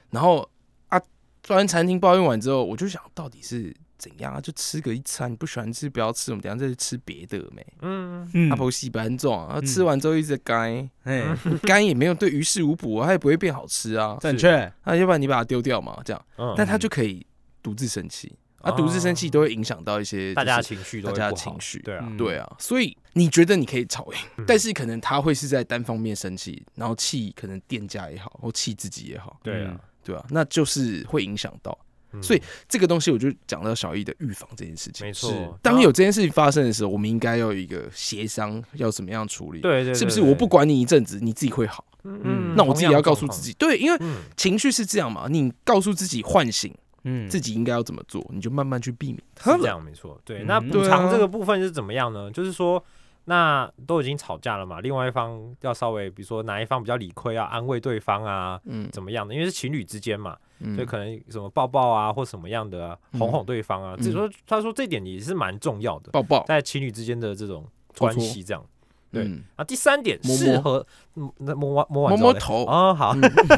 Speaker 3: 然后啊，抱怨餐厅抱怨完之后，我就想到底是怎样啊？就吃个一餐，你不喜欢吃不要吃，我们等一下再去吃别的没？
Speaker 2: 嗯，
Speaker 4: 嗯
Speaker 3: 阿婆洗白很重啊，
Speaker 4: 嗯
Speaker 3: 吃完之后一直干，
Speaker 2: (laughs)
Speaker 4: 嘿，
Speaker 3: 干也没有对于事无补啊，它也不会变好吃啊。
Speaker 4: 正确，
Speaker 3: 啊，要不然你把它丢掉嘛，这样，
Speaker 2: 嗯
Speaker 3: 但他就可以独自生气，啊，
Speaker 2: 哦
Speaker 3: 独自生气都会影响到一些
Speaker 2: 大家的
Speaker 3: 就是
Speaker 2: 情绪都
Speaker 3: 大
Speaker 2: 会
Speaker 3: 家的
Speaker 2: 不好
Speaker 3: 情绪
Speaker 2: 对啊，
Speaker 4: 嗯
Speaker 3: 对，啊，所以你觉得你可以吵赢，
Speaker 2: 嗯
Speaker 3: 但是可能他会是在单方面生气，然后气可能店家也好，或气自己也好，
Speaker 2: 对啊，
Speaker 3: 对啊，那就是会影响到
Speaker 2: 嗯
Speaker 3: 所以这个东西，我就讲到小易的预防这件事情。
Speaker 2: 没错
Speaker 4: 是，
Speaker 2: 然
Speaker 3: 当
Speaker 2: 后
Speaker 3: 有这件事情发生的时候，我们应该要有一个协商，要怎么样处理？
Speaker 2: 对对，
Speaker 3: 是不
Speaker 2: 对
Speaker 3: 是我不，
Speaker 2: 对
Speaker 3: 管你一阵子，你自己会好？
Speaker 2: 嗯
Speaker 3: 那我自己也要告诉自，己，对，因为
Speaker 2: 同样的状况
Speaker 3: 情绪是这样嘛，你告诉自己唤醒
Speaker 4: 嗯，
Speaker 3: 自己应该要怎么做，你就慢慢去避免
Speaker 2: 嗯，
Speaker 3: 它
Speaker 2: 是这
Speaker 3: 了。
Speaker 2: 样没错。对，
Speaker 4: 嗯
Speaker 2: 那补
Speaker 3: 对
Speaker 2: 偿
Speaker 3: 啊
Speaker 2: 这个部分是怎么样呢？就是说，那都已经吵架了嘛，另外一方要稍微，比如说哪一方比较理亏，要安慰对方啊，
Speaker 3: 嗯
Speaker 2: 怎么样的？因为是情侣之间嘛，所以
Speaker 3: 嗯，
Speaker 2: 可能什么抱抱啊，或什么样的啊
Speaker 3: 嗯
Speaker 2: 哄哄对方啊。
Speaker 3: 嗯
Speaker 2: 这说他说这点也是蛮重要的，
Speaker 3: 抱抱，
Speaker 2: 在情侣之间的这种
Speaker 3: 搓
Speaker 2: 关
Speaker 3: 搓
Speaker 2: 系这样。对
Speaker 3: 嗯，
Speaker 2: 啊，第三点
Speaker 3: 摸摸
Speaker 2: 适合嗯那摸完摸完
Speaker 3: 摸
Speaker 2: 之后
Speaker 3: 摸
Speaker 2: 嘞
Speaker 3: 头，嗯
Speaker 2: 哦，好，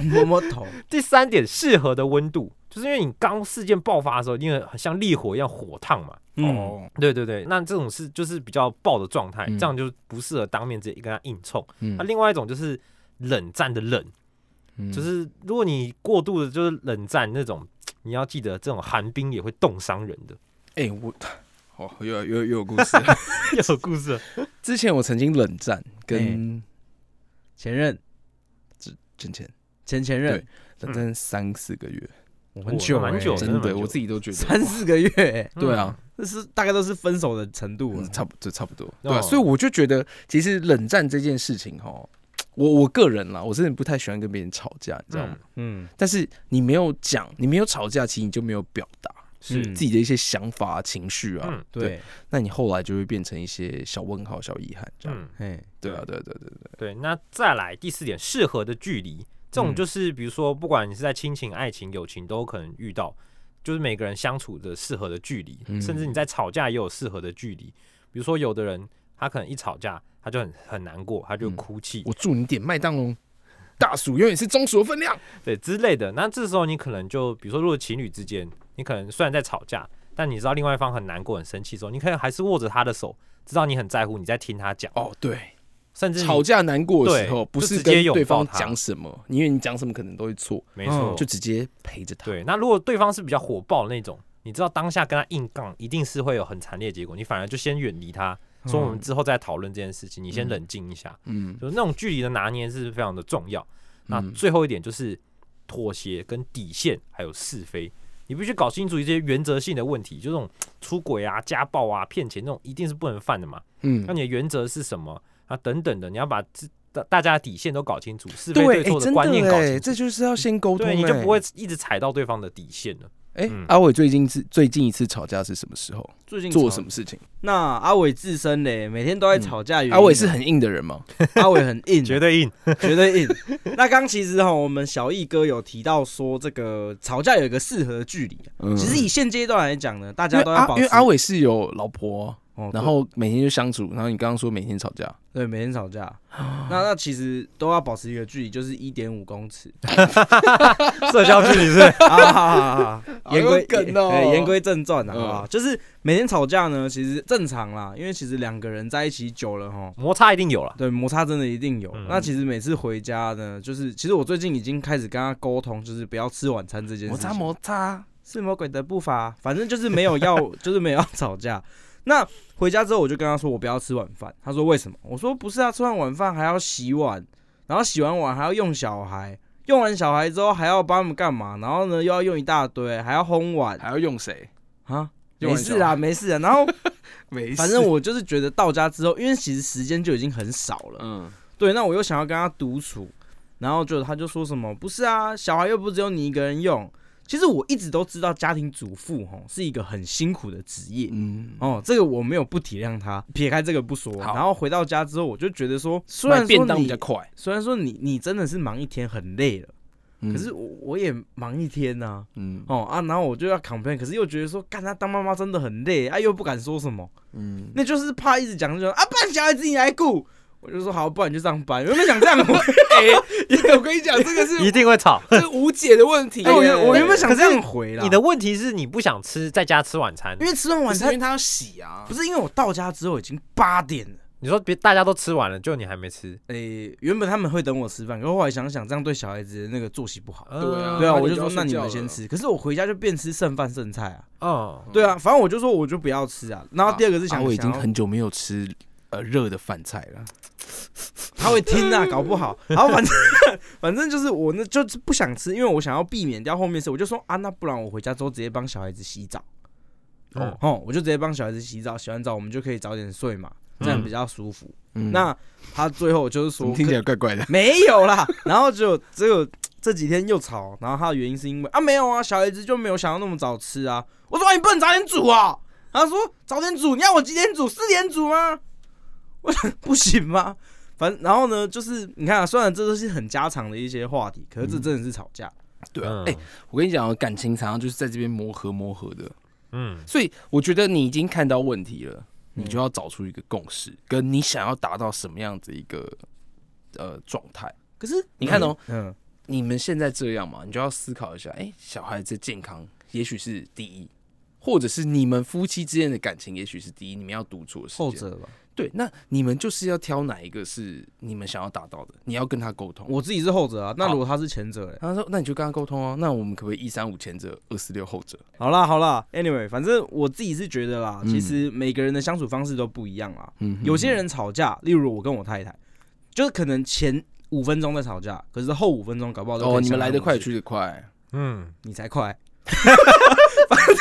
Speaker 4: 摸摸头，
Speaker 2: 第三点，适合的温度，就是因为你刚事件爆发的时候，因为很像烈火一样火烫嘛。
Speaker 4: 嗯，
Speaker 3: 哦，
Speaker 2: 对对对，那这种是就是比较爆的状态，
Speaker 3: 嗯
Speaker 2: 这样就不适合当面直接跟他硬冲。啊
Speaker 3: 嗯
Speaker 2: 那、另外一种就是冷战的冷，
Speaker 3: 嗯
Speaker 2: 就是如果你过度的就是冷战那种，你要记得这种寒冰也会冻伤人的。 (laughs)
Speaker 3: 哎，我 (laughs) 哦，又有又有又有故事。
Speaker 2: 又有故事了，
Speaker 3: (laughs) 之前我曾经冷战跟
Speaker 4: 前任，
Speaker 3: 之前
Speaker 4: 前前任，
Speaker 3: 冷战三四个月，
Speaker 4: 我
Speaker 2: 我
Speaker 4: 很久欸，
Speaker 2: 蛮久的真
Speaker 3: 真
Speaker 2: 的蛮
Speaker 3: 的
Speaker 2: 久
Speaker 3: 嗯我自己都觉得，
Speaker 4: 三四个月欸，
Speaker 3: 对啊，
Speaker 4: 这是大概都是分手的程度了
Speaker 3: 嗯，差不多差不多，对啊，
Speaker 2: 哦
Speaker 3: 所以我就觉得其实冷战这件事情哈。我我个人啦，我真的不太喜欢跟别人吵架，你知
Speaker 2: 这
Speaker 3: 道
Speaker 2: 样
Speaker 3: 吗？
Speaker 4: 嗯，
Speaker 3: 但是你没有讲，你没有吵架，其实你就没有表达
Speaker 4: 是
Speaker 3: 自己的一些想法、情绪啊，
Speaker 2: 嗯
Speaker 4: 对，
Speaker 3: 那你后来就会变成一些小问号、小遗憾这样。
Speaker 2: 嗯，
Speaker 4: 嘿，
Speaker 3: 对啊，对对对对，
Speaker 2: 对。那再来第四点，适合的距离，这种
Speaker 4: 嗯
Speaker 2: 就是比如说，不管你是在亲情、爱情、友情，都有可能遇到，就是每个人相处的适合的距离，
Speaker 3: 嗯
Speaker 2: 甚至你在吵架也有适合的距离。比如说，有的人他可能一吵架，他就很很难过，他就
Speaker 3: 嗯
Speaker 2: 哭泣，
Speaker 3: 我祝你点麦当劳，大薯永远是中薯的分量。
Speaker 2: 对之类的。那这时候你可能就，比如说，如果情侣之间，你可能虽然在吵架，但你知道另外一方很难过、很生气的时候，你可能还是握着他的手，知道你很在乎，你在听他讲，
Speaker 3: 哦，对，
Speaker 2: 甚至你
Speaker 3: 吵架难过的时候，
Speaker 2: 对
Speaker 3: 不
Speaker 2: 就是直接
Speaker 3: 跟
Speaker 2: 拥抱
Speaker 3: 对方
Speaker 2: 他哦
Speaker 3: 讲什么，因为你讲什么可能都会错，
Speaker 2: 没错，
Speaker 4: 嗯
Speaker 3: 就直接陪着他。
Speaker 2: 对，那如果对方是比较火爆的那种，你知道当下跟他硬杠，一定是会有很惨烈的结果。你反而就先远离他，说我们之后再讨论这件事情，你先
Speaker 3: 嗯
Speaker 2: 冷静一下。
Speaker 3: 嗯
Speaker 2: 就是那种距离的拿捏是非常的重要。那
Speaker 3: 嗯
Speaker 2: 最后一点就是妥协跟底线，还有是非，你必须搞清楚一些原则性的问题，就这种出轨啊、家暴啊、骗钱这种，一定是不能犯的嘛。那
Speaker 3: 嗯，
Speaker 2: 你的原则是什么啊？等等的，你要把自大大家的底线都搞清楚，是非
Speaker 3: 对，
Speaker 2: 对错
Speaker 3: 哎，
Speaker 2: 的
Speaker 3: 真
Speaker 2: 观念
Speaker 3: 的
Speaker 2: 搞
Speaker 3: 哎，
Speaker 2: 清楚
Speaker 3: 这，就是要先沟通哎，
Speaker 2: 对，你就不会一直踩到对方的底线了。
Speaker 3: 哎
Speaker 2: 嗯。
Speaker 3: 阿伟最近是最近一次吵架是什么时候？
Speaker 4: 最近
Speaker 3: 做
Speaker 4: 吵
Speaker 3: 什么？事情？
Speaker 4: 那阿伟自身嘞，每天都在吵架，
Speaker 3: 嗯阿伟是很硬的人吗？
Speaker 4: 阿伟很
Speaker 2: (laughs)
Speaker 4: 硬，啊
Speaker 2: 绝对硬，
Speaker 4: 绝对硬。 (laughs) 那刚其实哈，我们小易哥有提到说，这个吵架有一个适合的距离啊。
Speaker 3: 嗯
Speaker 4: 其实以现阶段来讲呢，大
Speaker 3: 因
Speaker 4: 家
Speaker 3: 为
Speaker 4: 都要
Speaker 3: 阿
Speaker 4: 保
Speaker 3: 因为
Speaker 4: 持
Speaker 3: 阿伟是有老婆啊，
Speaker 4: 哦
Speaker 3: 然后每天就相处，然后你刚刚说每天吵架，
Speaker 4: 对，每天吵架，
Speaker 3: (gasps)
Speaker 4: 那那其实都要保持一个距离，就是一点五公尺。
Speaker 2: 社交距离
Speaker 3: (laughs)
Speaker 2: 是
Speaker 4: 啊哈哈哈哈言归
Speaker 3: 好有梗哦
Speaker 4: 哎言归正传啊，
Speaker 3: 嗯
Speaker 4: 好不好就是每天吵架呢，其实正常啦，因为其实两个人在一起久了哈，
Speaker 2: 摩擦一定有了。
Speaker 4: 对摩擦真的一定有。
Speaker 2: 嗯
Speaker 4: 那其实每次回家呢，就是其实我最近已经开始跟他沟通，就是不要吃晚餐这件事情。
Speaker 3: 摩擦摩擦，
Speaker 4: 是魔鬼的步伐，反正就是没有
Speaker 3: (laughs)
Speaker 4: 要，就是没有要吵架。那回家之后，我就跟他说我不要吃晚饭。他说为什么？我说不是啊，吃完晚饭还要洗碗，然后洗完碗还要用小孩，用完小孩之后还要帮他们干嘛？然后呢又要用一大堆，还要烘碗
Speaker 3: 还要用谁？
Speaker 4: 啊。
Speaker 3: 用
Speaker 4: 没
Speaker 3: 完小
Speaker 4: 事啊，
Speaker 3: 孩
Speaker 4: 没事啊。
Speaker 3: (laughs)
Speaker 4: 然后
Speaker 3: 没事
Speaker 4: 反正我就是觉得到家之后，因为其实时间就已经很少了，
Speaker 3: 嗯，
Speaker 4: 对，那我又想要跟他独处，然后就他就说什么不是啊，小孩又不是只有你一个人用。其实我一直都知道家庭主妇吼是一个很辛苦的职业。
Speaker 3: 嗯，
Speaker 4: 哦，这个我没有不体谅他，撇开这个不说。
Speaker 3: 好
Speaker 4: 然后回到家之后，我就觉得说，虽
Speaker 3: 买
Speaker 4: 然
Speaker 3: 便
Speaker 4: 说
Speaker 3: 当比较
Speaker 4: 你，
Speaker 3: 快，
Speaker 4: 虽然说你你真的是忙一天很累了，
Speaker 3: 可
Speaker 4: 可是我我也忙一天呐、
Speaker 3: 嗯
Speaker 4: 哦啊，然后我就要 complain，可是又觉得说，干他当妈妈真的很累，啊又不敢说什么， (laughs)
Speaker 3: 嗯，
Speaker 4: 那就是怕一直讲这种啊，不然小孩子你来顾。我就说好，不然你去上班。原本想这样，我
Speaker 3: 我跟你讲，这个 (laughs)
Speaker 2: 一
Speaker 3: 是
Speaker 2: 定会吵。
Speaker 3: 这无解的问题。
Speaker 4: 哎我原我原
Speaker 3: 因为
Speaker 4: 本想这样回
Speaker 3: 啊
Speaker 4: 啦。
Speaker 2: 你的问题是你不想吃，在家吃晚餐
Speaker 4: 因。为吃完晚
Speaker 3: 晚餐
Speaker 4: 餐，
Speaker 3: 他要洗啊
Speaker 4: 不，是因为我到家之后已经八点了。
Speaker 2: 你说别大家都吃完了，就你还没吃。
Speaker 4: 诶、原本他们会等我吃饭，可是后来想想，这样对小孩子的那个作息不好。
Speaker 3: 对啊
Speaker 4: 对啊，
Speaker 3: 那
Speaker 4: 我
Speaker 3: 你
Speaker 4: 就
Speaker 3: 就要
Speaker 4: 说那你
Speaker 3: 睡觉
Speaker 4: 们
Speaker 3: 了
Speaker 4: 先吃。可是我回家就变吃剩饭剩菜啊。
Speaker 2: 嗯，
Speaker 4: 对啊，反正我就说我就不要吃啊。然后第二个是想，
Speaker 3: 我已
Speaker 4: 想
Speaker 3: 经
Speaker 4: 要
Speaker 3: 很久没有吃呃热的饭菜了。
Speaker 4: 他会听啊，搞不好。然后反正反正就是我那就是不想吃，因为我想要避免掉后面的事。我就说啊，那不然我回家之后直接帮小孩子洗澡。
Speaker 2: 嗯
Speaker 4: 哦哦，我就直接帮小孩子洗澡，洗完澡我们就可以早点睡嘛，这样比较舒服。
Speaker 3: 嗯
Speaker 4: 那他最后就是
Speaker 3: 怎
Speaker 4: 说
Speaker 3: 么，听起来怪怪的？
Speaker 4: 没有啦， (laughs) 然后只有只有这几天又吵，然后他的原因是因为啊没有啊，小孩子就没有想要那么早吃啊。我说、啊、你不能早点煮啊，他说早点煮，你要我几点煮？四点煮吗？我想不行吗？反正然后呢，就是你看、啊，虽然这都是很家常的一些话题，可是这真的是吵架。
Speaker 3: 对
Speaker 2: 嗯
Speaker 3: 哎，我跟你讲哦，感情常常就是在这边磨合磨合的。
Speaker 2: 嗯，
Speaker 3: 所以我觉得你已经看到问题了，你
Speaker 4: 嗯
Speaker 3: 就要找出一个共识，跟你想要达到什么样子一个呃状态。
Speaker 4: 可是
Speaker 3: 你看哦，
Speaker 4: 嗯，
Speaker 3: 你们现在这样嘛，你就要思考一下，哎、小孩子健康也许是第一，或者是你们夫妻之间的感情也许是第一，你们要独处的时间。
Speaker 4: 后者吧，
Speaker 3: 对，那你们就是要挑哪一个是你们想要达到的，你要跟他沟通。
Speaker 4: 我自己是后者啊。那
Speaker 3: 好
Speaker 4: 如果他是前者嘞？
Speaker 3: 他说：“那你就跟他沟通哦、那我们可不可以一三五前者，二四六后者？
Speaker 4: 好啦好啦，anyway，反正我自己是觉得啦，
Speaker 3: 嗯
Speaker 4: 其实每个人的相处方式都不一样啦。
Speaker 3: 嗯
Speaker 4: 有些人吵架，例如我跟我太太，就是可能前五分钟在吵架，可是后五分钟搞不好都可以
Speaker 3: 哦，你
Speaker 4: 相
Speaker 3: 们
Speaker 4: 安
Speaker 3: 来得
Speaker 4: 无
Speaker 3: 快，
Speaker 4: 事，
Speaker 3: 去得快。
Speaker 2: 嗯，
Speaker 4: 你才快，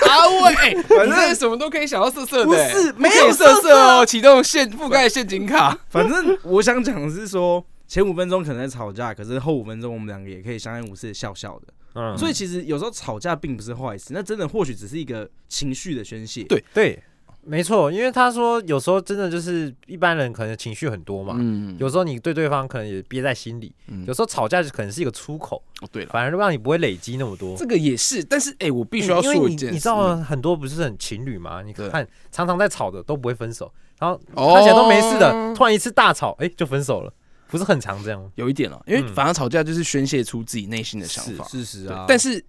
Speaker 3: 阿 (laughs) 伟，
Speaker 4: 反正
Speaker 3: 啊你真的什么都可以想到色色的、欸，
Speaker 4: 不是
Speaker 3: 可以
Speaker 4: 没有
Speaker 3: 色
Speaker 4: 色色啊
Speaker 3: 哦，启动陷覆盖陷阱卡。
Speaker 4: 反正我想讲的是说，前五分钟可能在吵架，可是后五分钟我们两个也可以相安无事，笑笑的。
Speaker 2: 嗯，
Speaker 4: 所以其实有时候吵架并不是坏事，那真的或许只是一个情绪的宣泄。
Speaker 3: 对
Speaker 2: 对，没错，因为他说有时候真的就是一般人可能情绪很多嘛，
Speaker 3: 嗯
Speaker 2: 有时候你对对方可能也憋在心里，
Speaker 3: 嗯
Speaker 2: 有时候吵架就可能是一个出口，
Speaker 3: 哦，对了，
Speaker 2: 反而让你不会累积那么多。
Speaker 3: 这个也是，但是哎、我必须要
Speaker 2: 因
Speaker 3: 说
Speaker 2: 为
Speaker 3: 一
Speaker 2: 你
Speaker 3: 件事，
Speaker 2: 你知道吗？很多不是很情侣嘛？你
Speaker 3: 对
Speaker 2: 看常常在吵的都不会分手，然后
Speaker 3: 哦
Speaker 2: 看起来都没事的，突然一次大吵，哎，就分手了，不是很常这样吗？
Speaker 3: 有一点哦了，因为
Speaker 2: 嗯
Speaker 3: 反而吵架就是宣泄出自己内心的想
Speaker 4: 是
Speaker 3: 法。
Speaker 4: 事实
Speaker 3: 对
Speaker 4: 啊。
Speaker 3: 但是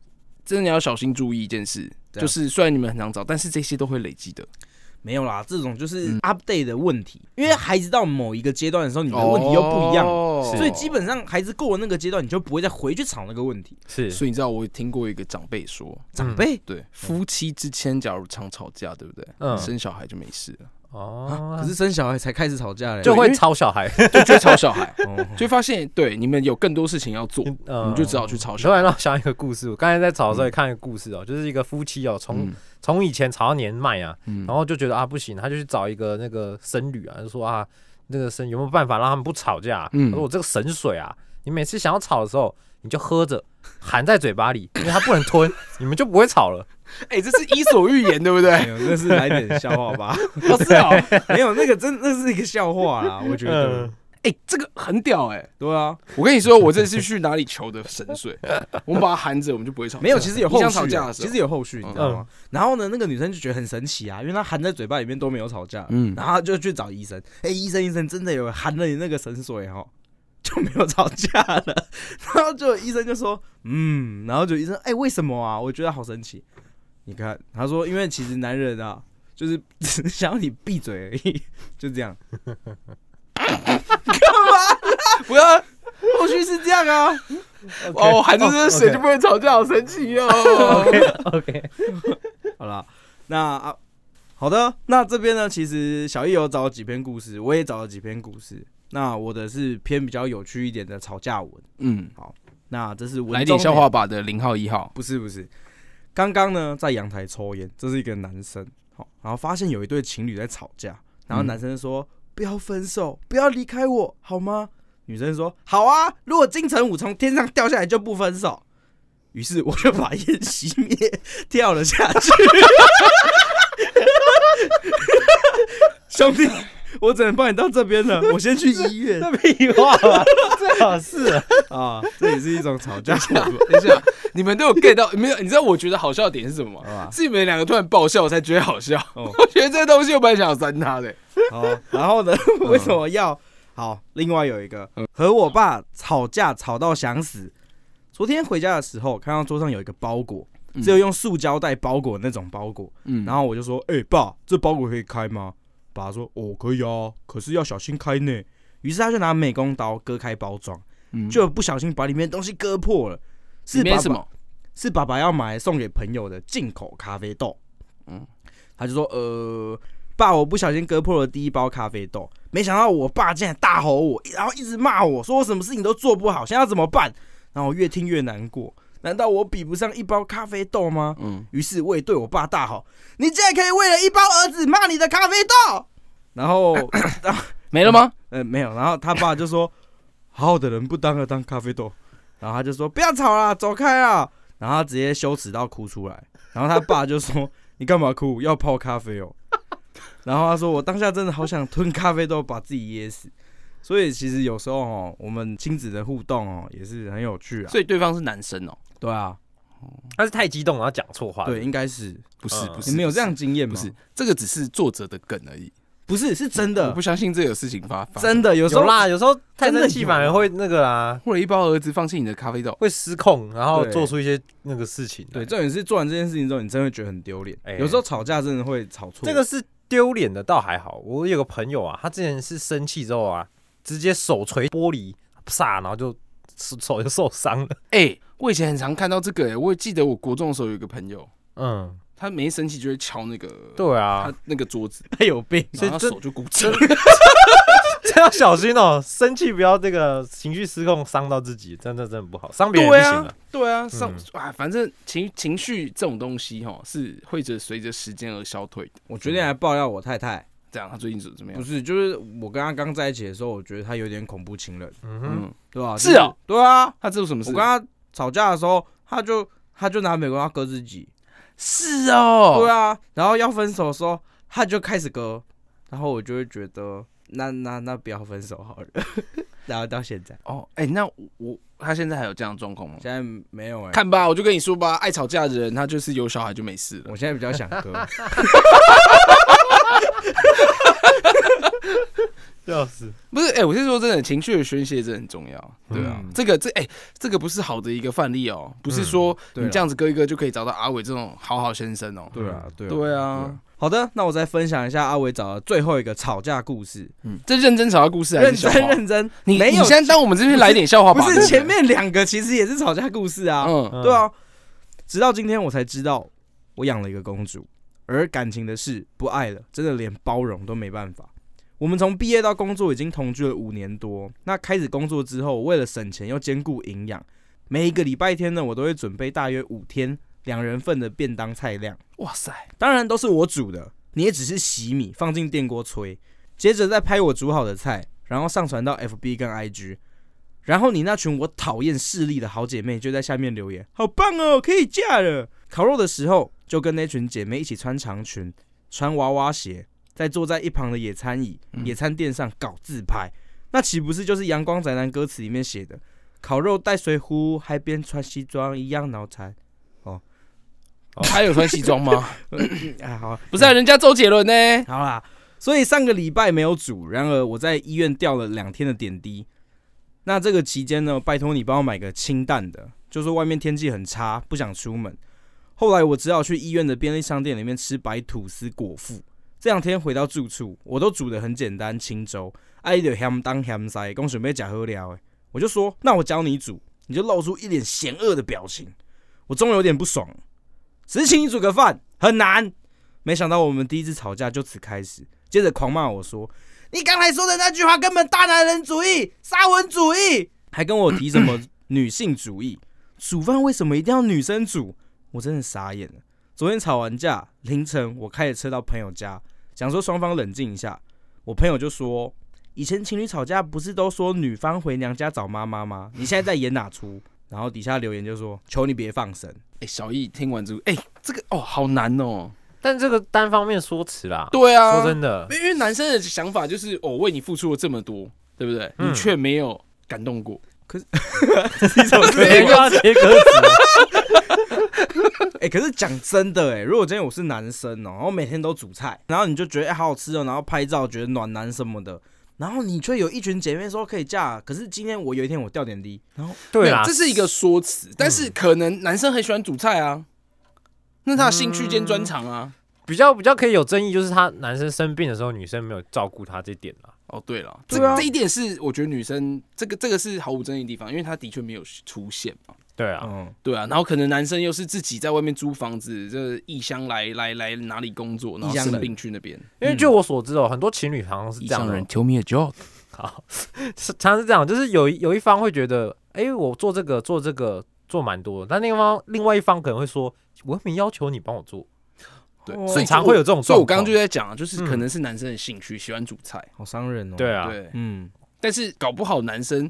Speaker 3: 真的要小心注意一件事，
Speaker 4: 对啊
Speaker 3: 就是虽然你们很常吵，但是这些都会累积的。
Speaker 4: 没有啦，这种就是
Speaker 3: 嗯
Speaker 4: update 的问题，因为孩子到某一个阶段的时候，你的问题又不一样了。
Speaker 3: 哦
Speaker 2: 是
Speaker 4: 所以基本上孩子过了那个阶段，你就不会再回去吵那个问题。
Speaker 2: 是
Speaker 3: 所以你知道，我听过一个长辈说，
Speaker 2: 嗯
Speaker 4: 长辈、
Speaker 3: 对夫妻之间假如常吵架，对不对？
Speaker 2: 嗯
Speaker 3: 生小孩就没事了， (laughs)
Speaker 2: 哦，
Speaker 3: 啊
Speaker 4: 可是生小孩才开始吵架嘞，
Speaker 2: 就
Speaker 3: 对因
Speaker 2: 会
Speaker 3: 为
Speaker 2: 吵小孩，
Speaker 3: 就就会吵小 (laughs) 孩，
Speaker 4: 哦
Speaker 3: 就会发现对你们有更多事情要做，
Speaker 2: 嗯，
Speaker 3: 你们就只好去吵
Speaker 2: 我
Speaker 3: 小
Speaker 2: 突
Speaker 3: 孩。
Speaker 2: 然让我想一个故事，我刚才在吵的时候也看一个故事哦、就是一个夫妻哦、从
Speaker 3: 嗯
Speaker 2: 从以前吵到年迈啊，
Speaker 3: 嗯
Speaker 2: 然后就觉得啊不行，他就去找一个那个僧侣啊，就说啊那个僧有没有办法让他们不吵架、
Speaker 3: 嗯
Speaker 2: 他说我这个神水啊，你每次想要吵的时候，你就喝着含在嘴巴里，因为他不能吞，
Speaker 3: (laughs)
Speaker 2: 你们就不会吵了。
Speaker 3: 哎、这是《伊索寓言》对不
Speaker 4: 没
Speaker 3: 对？
Speaker 4: 有，
Speaker 2: (laughs)
Speaker 4: 那是来点笑话吧？
Speaker 3: 不是哦，
Speaker 4: 没有，那个真那是一个笑话啦，我觉得。
Speaker 2: 嗯
Speaker 3: (laughs) 哎、这个很屌哎、
Speaker 4: 对啊，
Speaker 3: 我跟你说，我这次去哪里求的神 (laughs) 水，我们把它含着，我们就不会吵架。
Speaker 4: 没有，其实有
Speaker 3: 你
Speaker 4: 后
Speaker 3: 想
Speaker 4: 续
Speaker 3: 吵架
Speaker 4: 啊，
Speaker 3: 的时候
Speaker 4: 其实有后续，你知道吗？然后呢，那个女生就觉得很神奇啊，因为她含在嘴巴里面都没有吵架，
Speaker 3: 嗯
Speaker 4: 然后她就去找医生，哎，医生医生真的有含了你那个神水哈，就没有吵架了。 (laughs) 然后就医生就说，嗯，然后就医生，哎，为什么啊？我觉得好神奇。你看，他说，因为其实男人啊，就是 (laughs) 只是想要你闭嘴而已，就这样。
Speaker 3: (laughs) 不要啊
Speaker 4: 后续是这样啊，
Speaker 3: 哦，我含着这个水就不会吵架，好神奇哦。
Speaker 2: OK，
Speaker 4: 好啦，那啊，好的，那这边呢，其实小易有找了几篇故事，我也找了几篇故事。那我的是偏比较有趣一点的吵架文，
Speaker 3: (laughs) 嗯，
Speaker 4: 那这是文
Speaker 3: 来点
Speaker 4: 中
Speaker 3: 笑话，吧的零号一号，
Speaker 4: 不是不是。刚刚呢，在阳台抽烟，这是一个男生，好，然后发现有一对情侣在吵架，然后
Speaker 3: 嗯
Speaker 4: 男生说：“不要分手，不要离开我，好吗？”女生说：“好啊，如果金城武从天上掉下来就不分手。”于是我就把烟熄灭，跳了下去。兄弟，我只能帮你到这边了，我先去医院
Speaker 2: 屁话吧，最好是啊
Speaker 4: 啊。这也是一种吵架文吧，
Speaker 3: (laughs) 等一下，你们都有 get 到没有？你知道我觉得好笑的点是什么
Speaker 4: 好
Speaker 3: 吗
Speaker 4: 吧？
Speaker 3: 是你们两个突然爆笑，我才觉得好笑。
Speaker 4: 哦
Speaker 3: 我觉得这东西我本来想要嗯删他的。
Speaker 4: 好，哦然后呢？
Speaker 3: 嗯
Speaker 4: (laughs) 为什么要好？另外有一个和我爸吵架吵到想死。昨天回家的时候，看到桌上有一个包裹，只有用塑胶袋包裹那种包裹，
Speaker 3: 嗯
Speaker 4: 然后我就说：“哎、爸，这包裹可以开吗？”爸说：“哦，可以啊，可是要小心开呢。”于是他就拿美工刀割开包装，就不小心把里面的东西割破了。
Speaker 3: 嗯
Speaker 4: 是
Speaker 3: 里面
Speaker 4: 爸
Speaker 3: 是什
Speaker 4: 爸
Speaker 3: 么？
Speaker 4: 是爸爸要买送给朋友的进口咖啡豆。嗯
Speaker 3: 嗯，
Speaker 4: 他就说：“呃，爸，我不小心割破了第一包咖啡豆，没想到我爸竟然大吼我，然后一直骂我说我什么事情都做不好，现在要怎么办？”然后我越听越难过，难道我比不上一包咖啡豆吗？
Speaker 3: 嗯，
Speaker 4: 于是我也对我爸大吼：“你竟然可以为了一包儿子骂你的咖啡豆！”然后，
Speaker 3: 没了吗？
Speaker 4: 呃，没有。然后他爸就说：“好好的人不当了当咖啡豆。”然后他就说：“不要吵啦，走开啊！”然后他直接羞耻到哭出来。然后他爸就说：“你干嘛哭？要泡咖啡哦。”然后他说：“我当下真的好想吞咖啡豆，把自己噎死。”所以其实有时候哦，我们亲子的互动哦，也是很有趣啊。
Speaker 3: 嗯所以对方是男生哦，
Speaker 4: 对啊，
Speaker 2: 他是太激动，然后讲错话。
Speaker 4: 对，，应该是
Speaker 3: 不是
Speaker 2: 嗯
Speaker 3: 不是，
Speaker 4: 你们有这样经验吗？
Speaker 3: 不是，这个只是作者的梗而已。
Speaker 4: 不是，是真
Speaker 3: 我
Speaker 4: 的
Speaker 3: 不，相信这有事情发发生。
Speaker 4: 真的有时
Speaker 2: 有
Speaker 4: 候
Speaker 2: 啦，有时候太生气
Speaker 4: 真的有
Speaker 2: 反而会那个啦，
Speaker 3: 为了一包儿子放弃你的咖啡豆，
Speaker 2: 会失控，然后
Speaker 4: 对
Speaker 2: 做出一些那个事情来。
Speaker 4: 对，重点是做完这件事情之后，你真的会觉得很丢脸。
Speaker 2: 哎
Speaker 4: 有时候吵架真的会吵错。
Speaker 2: 这个是丢脸的，倒还好。我有个朋友啊，他之前是生气之后啊，直接手捶玻璃，啪，然后就手手就受伤了。
Speaker 3: 哎、我以前很常看到这个、哎，我也记得我国中的时候有一个朋友，
Speaker 2: 嗯，
Speaker 3: 他没生气就会敲那个，
Speaker 2: 对啊
Speaker 3: 他，那个桌子，
Speaker 4: 他有病，
Speaker 2: 所以
Speaker 3: 然后他
Speaker 2: 这
Speaker 3: 手就鼓起来。
Speaker 2: (laughs) 这要小心哦，生气不要这个情绪失控，伤到自己，真的真的不好，伤别人不
Speaker 3: 对
Speaker 2: 行
Speaker 3: 啊
Speaker 2: 了。，
Speaker 3: 对啊，上
Speaker 2: 嗯
Speaker 3: 啊，反正情情绪这种东西哈，是会着随着时间而消退的。
Speaker 4: 我决定来爆料我太太，
Speaker 3: 这样，他最近怎怎么
Speaker 4: 不
Speaker 3: 样？
Speaker 4: 是，就是我跟她刚在一起的时候，我觉得她有点恐怖情人，
Speaker 2: 嗯哼，
Speaker 3: 嗯，
Speaker 4: 对吧、
Speaker 3: 是哦
Speaker 4: 就是对啊，
Speaker 3: 他做什么
Speaker 4: 我
Speaker 3: 事
Speaker 4: 跟？她吵架的时候，她就她就拿美工刀割自己，
Speaker 3: 是哦，
Speaker 4: 对，啊，然后要分手的时候，她就开始割，然后我就会觉得，那那那不要分手好了， (laughs) 然后到现在，
Speaker 3: 哦，哎，那我我他现在还有这样的状况吗？
Speaker 4: 现在没有哎、
Speaker 3: 看吧，我就跟你说吧，爱吵架的人，他就是有小孩就没事了
Speaker 4: 我。现在比较想割，
Speaker 2: 笑死。
Speaker 3: 不是，哎、我是说真的，情绪的宣泄真的很重要，对啊，
Speaker 4: 嗯
Speaker 3: 这个这哎、这个不是好的一个范例哦，不是
Speaker 2: 嗯
Speaker 3: 说
Speaker 4: 对
Speaker 3: 你
Speaker 4: 啦
Speaker 3: 这样子割一割就可以找到阿伟这种好好先生哦，
Speaker 4: 对啊，对
Speaker 3: 对
Speaker 4: 啊，对
Speaker 3: 啊，
Speaker 4: 好的，那我再分享一下阿伟找的最后一个吵架故事，
Speaker 3: 嗯，这认真吵架故事还
Speaker 4: 认
Speaker 3: 是笑
Speaker 4: 真
Speaker 3: 话？
Speaker 4: 认真，
Speaker 3: 你
Speaker 4: 没有
Speaker 3: 你先当我们这边来点笑话
Speaker 4: 不
Speaker 3: 吧，
Speaker 4: 是前面两个其实也是吵架故事啊，
Speaker 3: 嗯，
Speaker 2: 嗯
Speaker 4: 对，啊，直到今天我才知道我养了一个公主，而感情的事不爱了，真的连包容都没办法。我们从毕业到工作已经同居了五年多，那开始工作之后，为了省钱又兼顾营养，每一个礼拜天呢，我都会准备大约五天两人份的便当菜量。
Speaker 3: 哇塞，
Speaker 4: 当然都是我煮的，你也只是洗米放进电锅吹，接着再拍我煮好的菜，然后上传到 FB 跟 IG。然后你那群我讨厌势力的好姐妹就在下面留言：“好棒哦，可以嫁了！”烤肉的时候就跟那群姐妹一起穿长裙、穿娃娃鞋，再坐在一旁的野餐椅、
Speaker 3: 嗯
Speaker 4: 野餐垫上搞自拍。那岂不是就是《阳光宅男》歌词里面写的“烤肉带水壶，海边穿西装一样脑残
Speaker 3: 他有穿西装吗？”？哎
Speaker 4: 哎，好，
Speaker 3: (laughs) 不是、啊，人家周杰伦呢、
Speaker 4: 好啦，所以上个礼拜没有煮，然而我在医院吊了两天的点滴。那这个期间呢，拜托你帮我买个清淡的，就说外面天气很差，不想出门。后来我只好去医院的便利商店里面吃白吐司果腹。这两天回到住处，我都煮的很简单，清粥。哎、啊，就咸当咸塞，讲准备假喝料哎，我就说那我教你煮，你就露出一脸嫌恶的表情。我终于有点不爽了，只是请你煮个饭很难。没想到我们第一次吵架就此开始，接着狂骂我说：“你刚才说的那句话根本大男人主义、沙文主义， (coughs) 还跟我提什么女性主义？煮饭为什么一定要女生煮？”我真的傻眼了。昨天吵完架，凌晨我开着车到朋友家，想说双方冷静一下。我朋友就说：“以前情侣吵架不是都说女方回娘家找妈妈吗？你现在在演哪出？”然后底下留言就说：“求你别放生。
Speaker 3: 哎、小易听完之后，哎、这个哦，好难哦。
Speaker 2: 但这个单方面说辞啦，
Speaker 3: 对啊，
Speaker 2: 说真的， (laughs)
Speaker 3: 因为男生的想法就是，哦，为你付出了这么多，对不对？
Speaker 2: 嗯
Speaker 3: 你却没有感动过。
Speaker 2: 对，要切歌词，”
Speaker 4: 哎、可是讲真的、哎，如果今天我是男生哦、然后每天都煮菜，然后你就觉得、哎好好吃哦、然后拍照觉得暖男什么的，然后你却有一群姐妹说可以嫁，可是今天我有一天我掉点低，然后
Speaker 2: 对
Speaker 3: 没
Speaker 2: 啦嗯
Speaker 3: 有，这是一个说辞，但是可能男生很喜欢煮菜啊，那他的兴趣兼专长啊。
Speaker 2: 比较比较可以有争议，就是他男生生病的时候，女生没有照顾他这点啦。
Speaker 3: 哦，对了，
Speaker 4: 对
Speaker 3: 这、
Speaker 4: 啊
Speaker 3: 这一点是我觉得女生这个这个是毫无争议的地方，因为他的确没有出现嘛。
Speaker 2: 对啊，
Speaker 4: 嗯，
Speaker 3: 对啊，然后可能男生又是自己在外面租房子，这异乡来来来哪里工作，然后
Speaker 4: 异乡人
Speaker 3: 生病去那边。
Speaker 2: 因为据我所知哦，很多情侣好像是这样的，
Speaker 3: ，Tell me a joke。
Speaker 2: 好， (laughs) 是常常是这样，就是有一有一方会觉得，哎、我做这个做这个做蛮多的，但另一方另外一方可能会说，我又没要求你帮我做，
Speaker 3: 对，
Speaker 4: 哦
Speaker 3: 所以
Speaker 2: 很常会有
Speaker 3: 我
Speaker 2: 这种
Speaker 3: 所以我
Speaker 2: 状况
Speaker 3: 刚刚就在讲啊，就是
Speaker 2: 嗯
Speaker 3: 可能是男生的兴趣，喜欢煮菜。
Speaker 4: 好伤人哦、
Speaker 2: 对，啊，
Speaker 3: 对，
Speaker 4: 嗯，
Speaker 3: 但是搞不好男生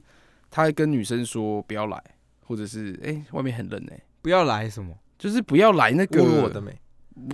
Speaker 3: 他跟女生说不要来，或者是哎、外面很冷哎、
Speaker 4: 不要来什么，
Speaker 3: 就是不要来那个
Speaker 2: 侮辱我的美，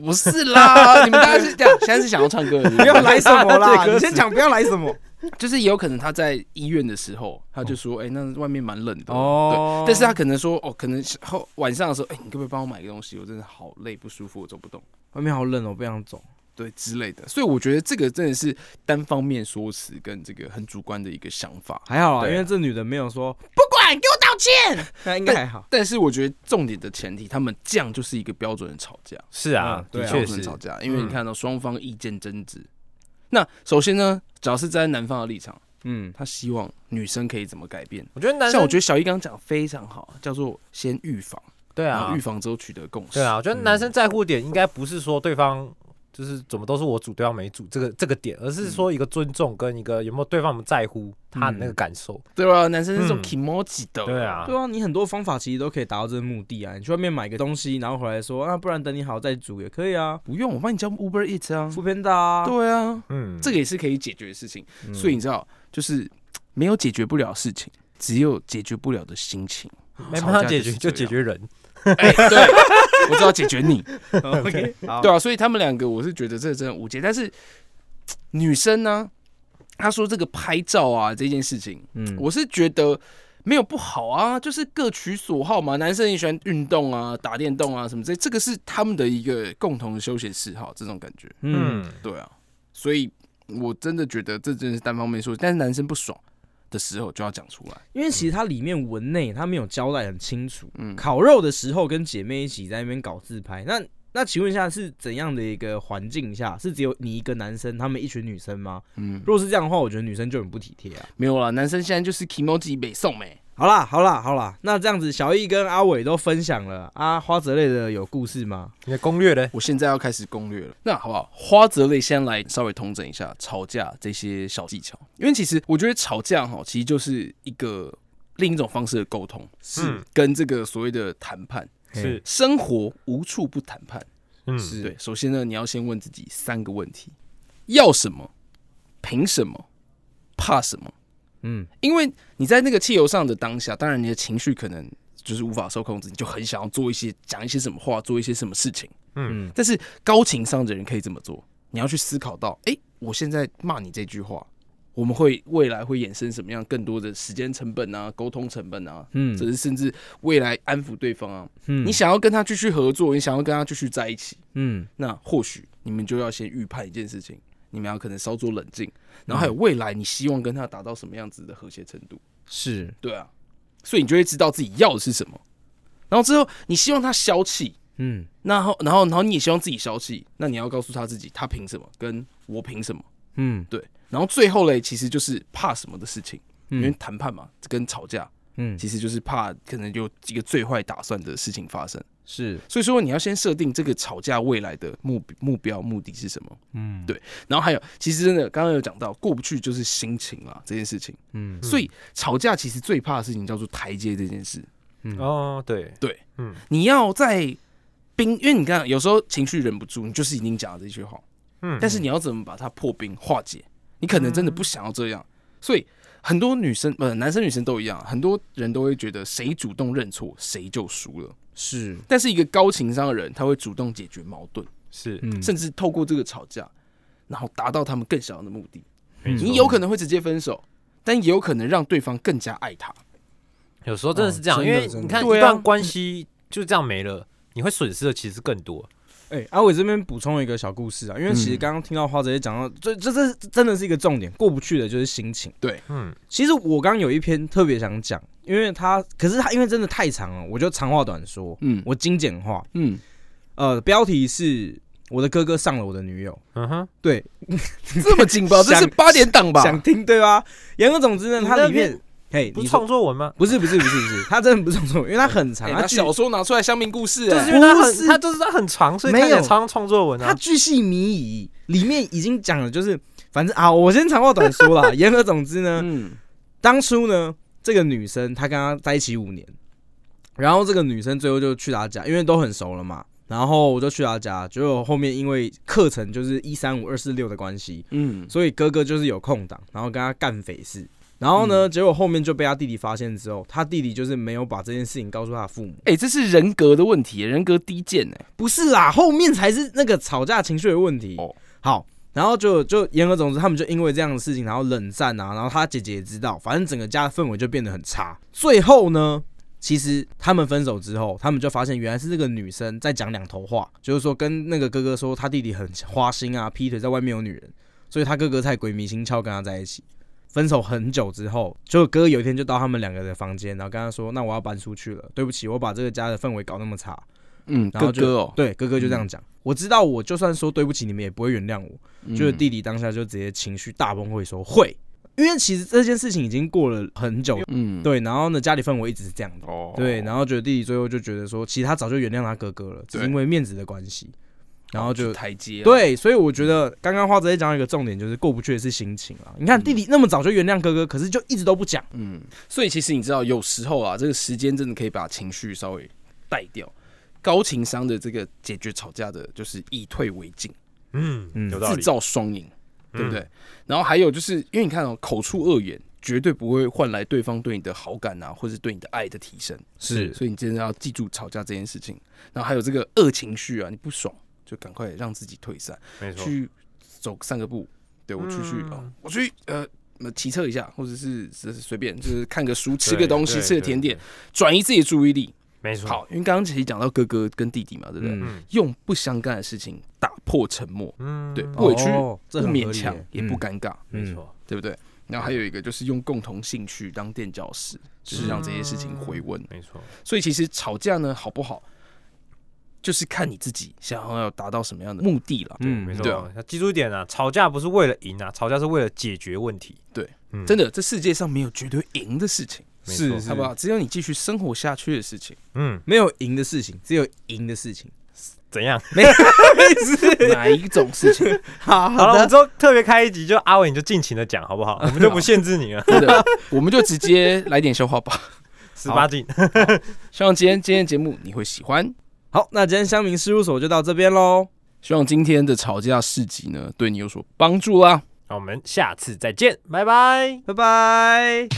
Speaker 3: 不是啦，你们大家是这样，现在是想要唱歌的，
Speaker 4: 不要来什么
Speaker 2: 这
Speaker 4: 啦，
Speaker 2: 歌词
Speaker 4: 你先讲不要来什么
Speaker 3: 就是也有可能他在医院的时候，他就说，哎、那外面蛮冷的
Speaker 4: 哦
Speaker 3: 对，但是他可能说，哦，可能是后晚上的时候，哎、你可不可以帮我买个东西？我真的好累，不舒服，我走不动，
Speaker 4: 外面好冷哦、不想走，
Speaker 3: 对之类的。所以我觉得这个真的是单方面说辞跟这个很主观的一个想法。
Speaker 4: 还好啊，
Speaker 2: 对啊
Speaker 4: 因为这女的没有说不管给我道歉，那应该还好，
Speaker 3: 但是我觉得重点的前提，他们这样就是一个标准的吵架，
Speaker 2: 是啊，
Speaker 4: 嗯对
Speaker 2: 的
Speaker 4: 啊
Speaker 3: 标
Speaker 2: 确
Speaker 3: 准
Speaker 2: 是
Speaker 3: 的吵架，因为你
Speaker 2: 嗯
Speaker 3: 看到双方意见争执。那首先呢，只要是站在男方的立场，
Speaker 4: 嗯，
Speaker 3: 他希望女生可以怎么改变？
Speaker 2: 我觉得男
Speaker 3: 像
Speaker 2: 生
Speaker 3: 我觉得小易刚刚讲得非常好，叫做先预防，
Speaker 2: 对
Speaker 3: 然后
Speaker 2: 啊
Speaker 3: 预，防之后取得共识。
Speaker 2: 对啊，，我觉得男生在乎点应该不是说对方。就是怎么都是我主，对方没主，这个这个点，而是说一个尊重跟一个有没有对方们在乎他的那个感受。
Speaker 3: 对啊，男生是这种
Speaker 2: 嗯
Speaker 3: emoji 的，
Speaker 2: 对，啊
Speaker 4: 对，啊，你很多方法其实都可以达到这个目的啊。你去外面买个东西，然后回来说啊，不然等你好再煮也可以啊，
Speaker 3: 不用我帮你叫 Uber Eat 啊，
Speaker 4: 副片大啊。
Speaker 3: 对啊，嗯
Speaker 2: 嗯，
Speaker 3: 这个也是可以解决的事情。所以你知道，就是没有解决不了的事情，只有解决不了的心 (laughs) 情。
Speaker 2: 嗯没办法
Speaker 3: 吵架
Speaker 2: 解
Speaker 3: 就
Speaker 2: 决
Speaker 3: 是
Speaker 2: 就
Speaker 3: 这
Speaker 2: 解
Speaker 3: 样
Speaker 2: 决人，
Speaker 3: 哎，对，我知道解决你，
Speaker 4: OK，好
Speaker 3: 对啊，所以他们两个我是觉得这真的无解，但是女生呢，她说这个拍照啊这件事情。
Speaker 4: 嗯，
Speaker 3: 我是觉得没有不好啊，就是各取所好嘛。男生也喜欢运动啊、打电动啊什么之类，这个是他们的一个共同的休闲嗜好，这种感觉。
Speaker 4: 嗯，
Speaker 2: 嗯，
Speaker 3: 对啊，所以我真的觉得这真的是单方面说，但是男生不爽的时候就要讲出来。
Speaker 4: 因为其实它里面文内它没有交代很清楚，
Speaker 3: 嗯，
Speaker 4: 烤肉的时候跟姐妹一起在那边搞自拍，那那请问一下是怎样的一个环境下？是只有你一个男生，他们一群女生吗？
Speaker 3: 嗯，
Speaker 4: 如果是这样的话，我觉得女生就很不体贴啊。
Speaker 3: 没有啦，男生现在就是 emoji 北宋美。
Speaker 4: 好啦，好啦，好啦，那这样子，小易跟阿伟都分享了啊，花泽类的有故事吗？
Speaker 2: 你的攻略嘞？
Speaker 3: 我现在要开始攻略了。那好不好？花泽类先来稍微统整一下吵架这些小技巧，因为其实我觉得吵架哈，其实就是一个另一种方式的沟通，
Speaker 2: 是
Speaker 3: 跟这个所谓的谈判。
Speaker 2: 是，
Speaker 3: 生活无处不谈判。
Speaker 2: 嗯，
Speaker 4: 是
Speaker 3: 对，首先呢，你要先问自己三个问题：要什么？凭什么？怕什么？
Speaker 4: 嗯，
Speaker 3: 因为你在那个汽油上的当下，当然你的情绪可能就是无法受控制，你就很想要做一些讲一些什么话，做一些什么事情。
Speaker 4: 嗯，
Speaker 3: 但是高情商的人可以这么做，你要去思考到，诶，我现在骂你这句话，我们会未来会衍生什么样更多的时间成本啊、沟通成本啊，
Speaker 4: 嗯
Speaker 3: 只是甚至未来安抚对方啊。
Speaker 4: 嗯
Speaker 3: 你想要跟他继续合作，你想要跟他继续在一起，
Speaker 4: 嗯
Speaker 3: 那或许你们就要先预判一件事情，你们要可能稍作冷静，然后还有未来你希望跟他达到什么样子的和谐程度，
Speaker 4: 是
Speaker 3: 对啊，所以你就会知道自己要的是什么，然后之后你希望他消气，
Speaker 4: 嗯
Speaker 3: 然后然后然后你也希望自己消气，那你要告诉他自己他凭什么，跟我凭什么，
Speaker 4: 嗯
Speaker 3: 对，然后最后嘞其实就是怕什么的事情，因为
Speaker 4: 嗯
Speaker 3: 谈判嘛跟吵架
Speaker 4: 嗯
Speaker 3: 其实就是怕可能有一个最坏打算的事情发生。
Speaker 4: 是
Speaker 3: 所以说你要先设定这个吵架未来的目目标目的是什么，
Speaker 4: 嗯
Speaker 3: 对然后还有其实真的刚刚有讲到过不去就是心情啦这件事情，
Speaker 4: 嗯
Speaker 3: 所以吵架其实最怕的事情叫做台阶这件事，
Speaker 4: 嗯
Speaker 2: 哦，对
Speaker 3: 对，
Speaker 2: 嗯，
Speaker 3: 你要在冰，因为你看有时候情绪忍不住，你就是已经讲了这句话，
Speaker 2: 嗯
Speaker 3: 但是你要怎么把它破冰化解？你可能真的不想要这
Speaker 4: 嗯
Speaker 3: 样，所以很多女生呃男生女生都一样，很多人都会觉得谁主动认错谁就输了，
Speaker 4: 是
Speaker 3: 但是一个高情商的人他会主动解决矛盾。
Speaker 2: 是
Speaker 4: 嗯
Speaker 3: 甚至透过这个吵架，然后达到他们更想要的目的。
Speaker 4: 嗯
Speaker 3: 你有可能会直接分手，但也有可能让对方更加爱他。
Speaker 2: 有时候真的是这样，
Speaker 4: 哦
Speaker 2: 因
Speaker 4: 真的
Speaker 2: 为
Speaker 4: 真的
Speaker 2: 你看一
Speaker 3: 对啊
Speaker 2: 段关系就这样没了，你会损失的其实更多。
Speaker 4: 哎、阿伟这边补充一个小故事啊，因为其
Speaker 3: 嗯
Speaker 4: 实刚刚听到花姐姐讲到，这这这这真的是一个重点，过不去的就是心情。
Speaker 2: 嗯，
Speaker 4: 其实我刚刚有一篇特别想讲，因为它可是它因为真的太长了，我就长话短说，
Speaker 3: 嗯
Speaker 4: 我精简化。
Speaker 3: 嗯，
Speaker 4: 呃，标题是我的哥哥上了我的女友，
Speaker 2: 嗯哼，
Speaker 4: 对，
Speaker 3: 这么紧吧？这是
Speaker 4: 想
Speaker 3: 八点档吧？
Speaker 4: 想听对吧？言而总之呢，
Speaker 2: 你
Speaker 4: 它
Speaker 2: 那
Speaker 4: 里面
Speaker 2: 篇
Speaker 4: 嘿，
Speaker 2: 不
Speaker 4: 你
Speaker 2: 是
Speaker 4: 说
Speaker 2: 创作文吗？
Speaker 4: 不是不是不是不是，它真的不是重因为它很长，
Speaker 3: 哎
Speaker 4: 它
Speaker 3: 拿
Speaker 4: 巨
Speaker 3: 小说拿出来乡民故事、
Speaker 2: 就是
Speaker 3: 哎
Speaker 2: 因为它
Speaker 4: 不
Speaker 2: 很，
Speaker 4: 是
Speaker 2: 它就是它很长，所以
Speaker 4: 没
Speaker 2: 看起来
Speaker 4: 有
Speaker 2: 超像创作文
Speaker 4: 它
Speaker 2: 啊。
Speaker 4: 巨细靡遗，里面已经讲了，就是反正啊，我先长话短说
Speaker 2: (laughs)
Speaker 4: 啦。言而总之呢，
Speaker 3: 嗯
Speaker 4: 当初呢，这个女生她跟他在一起五年，然后这个女生最后就去她家，因为都很熟了嘛。然后我就去她家，结果后面因为课程就是一三五二四六的关系，
Speaker 3: 嗯
Speaker 4: 所以哥哥就是有空档，然后跟他干匪事。然后呢，结果后面就被他弟弟发现之后，他弟弟就是没有把这件事情告诉他的父母。
Speaker 3: 哎、这是人格的问题，人格低贱哎、
Speaker 4: 不是啦，后面才是那个吵架情绪的问题。
Speaker 3: 哦
Speaker 4: 好，然后就就言而总之，他们就因为这样的事情，然后冷战啊，然后他姐姐也知道，反正整个家的氛围就变得很差。最后呢，其实他们分手之后，他们就发现原来是这个女生在讲两头话，就是说跟那个哥哥说他弟弟很花心啊，劈腿在外面有女人，所以他哥哥才鬼迷心窍跟他在一起。分手很久之后，就哥哥有一天就到他们两个的房间，然后跟他说：“那我要搬出去了，对不起，我把这个家的氛围搞那么差。”
Speaker 3: 嗯，
Speaker 4: 然后
Speaker 3: 哥
Speaker 4: 就
Speaker 3: 哥哦，
Speaker 4: 对，哥哥就这样讲。我知道，我就算说对不起，你们也不会原谅我。
Speaker 3: 嗯
Speaker 4: 就是弟弟当下就直接情绪大崩溃，说会，因为其实这件事情已经过了很久。
Speaker 3: 嗯，
Speaker 4: 对，然后呢，家里氛围一直是这样的。
Speaker 3: 哦
Speaker 4: 对，然后觉得弟弟最后就觉得说，其实他早就原谅他哥哥了，只是
Speaker 3: 对
Speaker 4: 因为面子的关系。然后
Speaker 3: 是
Speaker 4: 就
Speaker 3: 台阶、啊，
Speaker 4: 对，所以我觉得刚刚花泽类讲到一个重点，就是过不去的是心情啊。你看弟弟那么早就原谅哥哥，可是就一直都不讲。
Speaker 3: 嗯，所以其实你知道，有时候啊，这个时间真的可以把情绪稍微带掉。高情商的这个解决吵架的，就是以退为进，
Speaker 2: 嗯
Speaker 4: 嗯
Speaker 2: 有道
Speaker 3: 制
Speaker 2: 理。
Speaker 3: 造双赢，对不
Speaker 2: 嗯
Speaker 3: 对？然后还有就是，因为你看哦，口出恶言绝对不会换来对方对你的好感啊，或是对你的爱的提升。
Speaker 4: 是
Speaker 3: 所以你真的要记住吵架这件事情。然后还有这个恶情绪啊，你不爽就赶快让自己退散，
Speaker 2: 没错，
Speaker 3: 去走散个步。对我出去、
Speaker 2: 嗯
Speaker 3: 哦，我去呃。呃骑车一下，或者是是是随便，就是看个书、吃
Speaker 2: 对
Speaker 3: 个东西、
Speaker 2: 对
Speaker 3: 吃个
Speaker 2: 对
Speaker 3: 甜点
Speaker 2: 对，
Speaker 3: 转移自己的注意力。
Speaker 2: 没错。
Speaker 3: 好，因为刚刚其实讲到哥哥跟弟弟嘛，对不对？
Speaker 4: 嗯
Speaker 2: 嗯
Speaker 3: 用不相干的事情打破沉默，
Speaker 2: 嗯，
Speaker 3: 对
Speaker 4: 哦
Speaker 3: 委屈
Speaker 4: 这
Speaker 3: 不
Speaker 4: 很合
Speaker 3: 勉
Speaker 4: 理
Speaker 3: 强
Speaker 4: 耶
Speaker 3: 也不尴尬，
Speaker 4: 嗯
Speaker 2: 没错。
Speaker 3: 对不对？然后还有一个就是用共同兴趣当垫脚石，就是让这些事情回温。
Speaker 2: 没错，
Speaker 3: 所以其实吵架呢好不好，就是看你自己想要达到什么样的目的了。
Speaker 4: 嗯
Speaker 2: 没
Speaker 3: 对啊
Speaker 2: 错。要记住一点啊，吵架不是为了赢啊，吵架是为了解决问题。
Speaker 3: 对
Speaker 2: 嗯，
Speaker 3: 真
Speaker 2: 的
Speaker 3: 的，这世界上没有绝对赢的事情，
Speaker 2: 没
Speaker 4: 是
Speaker 2: 错
Speaker 4: 是
Speaker 3: 好不好？只有你继续生活下去的事情。
Speaker 2: 嗯，
Speaker 4: 没有赢的事情，只有赢的事情。 (laughs)
Speaker 2: 怎样？
Speaker 4: 没事，
Speaker 3: 哪一种事情？
Speaker 4: 好
Speaker 2: 好了，我
Speaker 4: 的
Speaker 2: 们之后特别开一集，就阿伟你就尽情的讲好不好？我们就不限制你了，
Speaker 3: 真的，我们就直接来点笑话吧。
Speaker 2: 十八禁。
Speaker 3: 希望今天今天的节目你会喜欢。
Speaker 4: 好，那今天乡民事务所就到这边喽，
Speaker 3: 希望今天的吵架市集呢，对你有所帮助啦。
Speaker 2: 那我们下次再见，拜拜。
Speaker 4: 拜拜。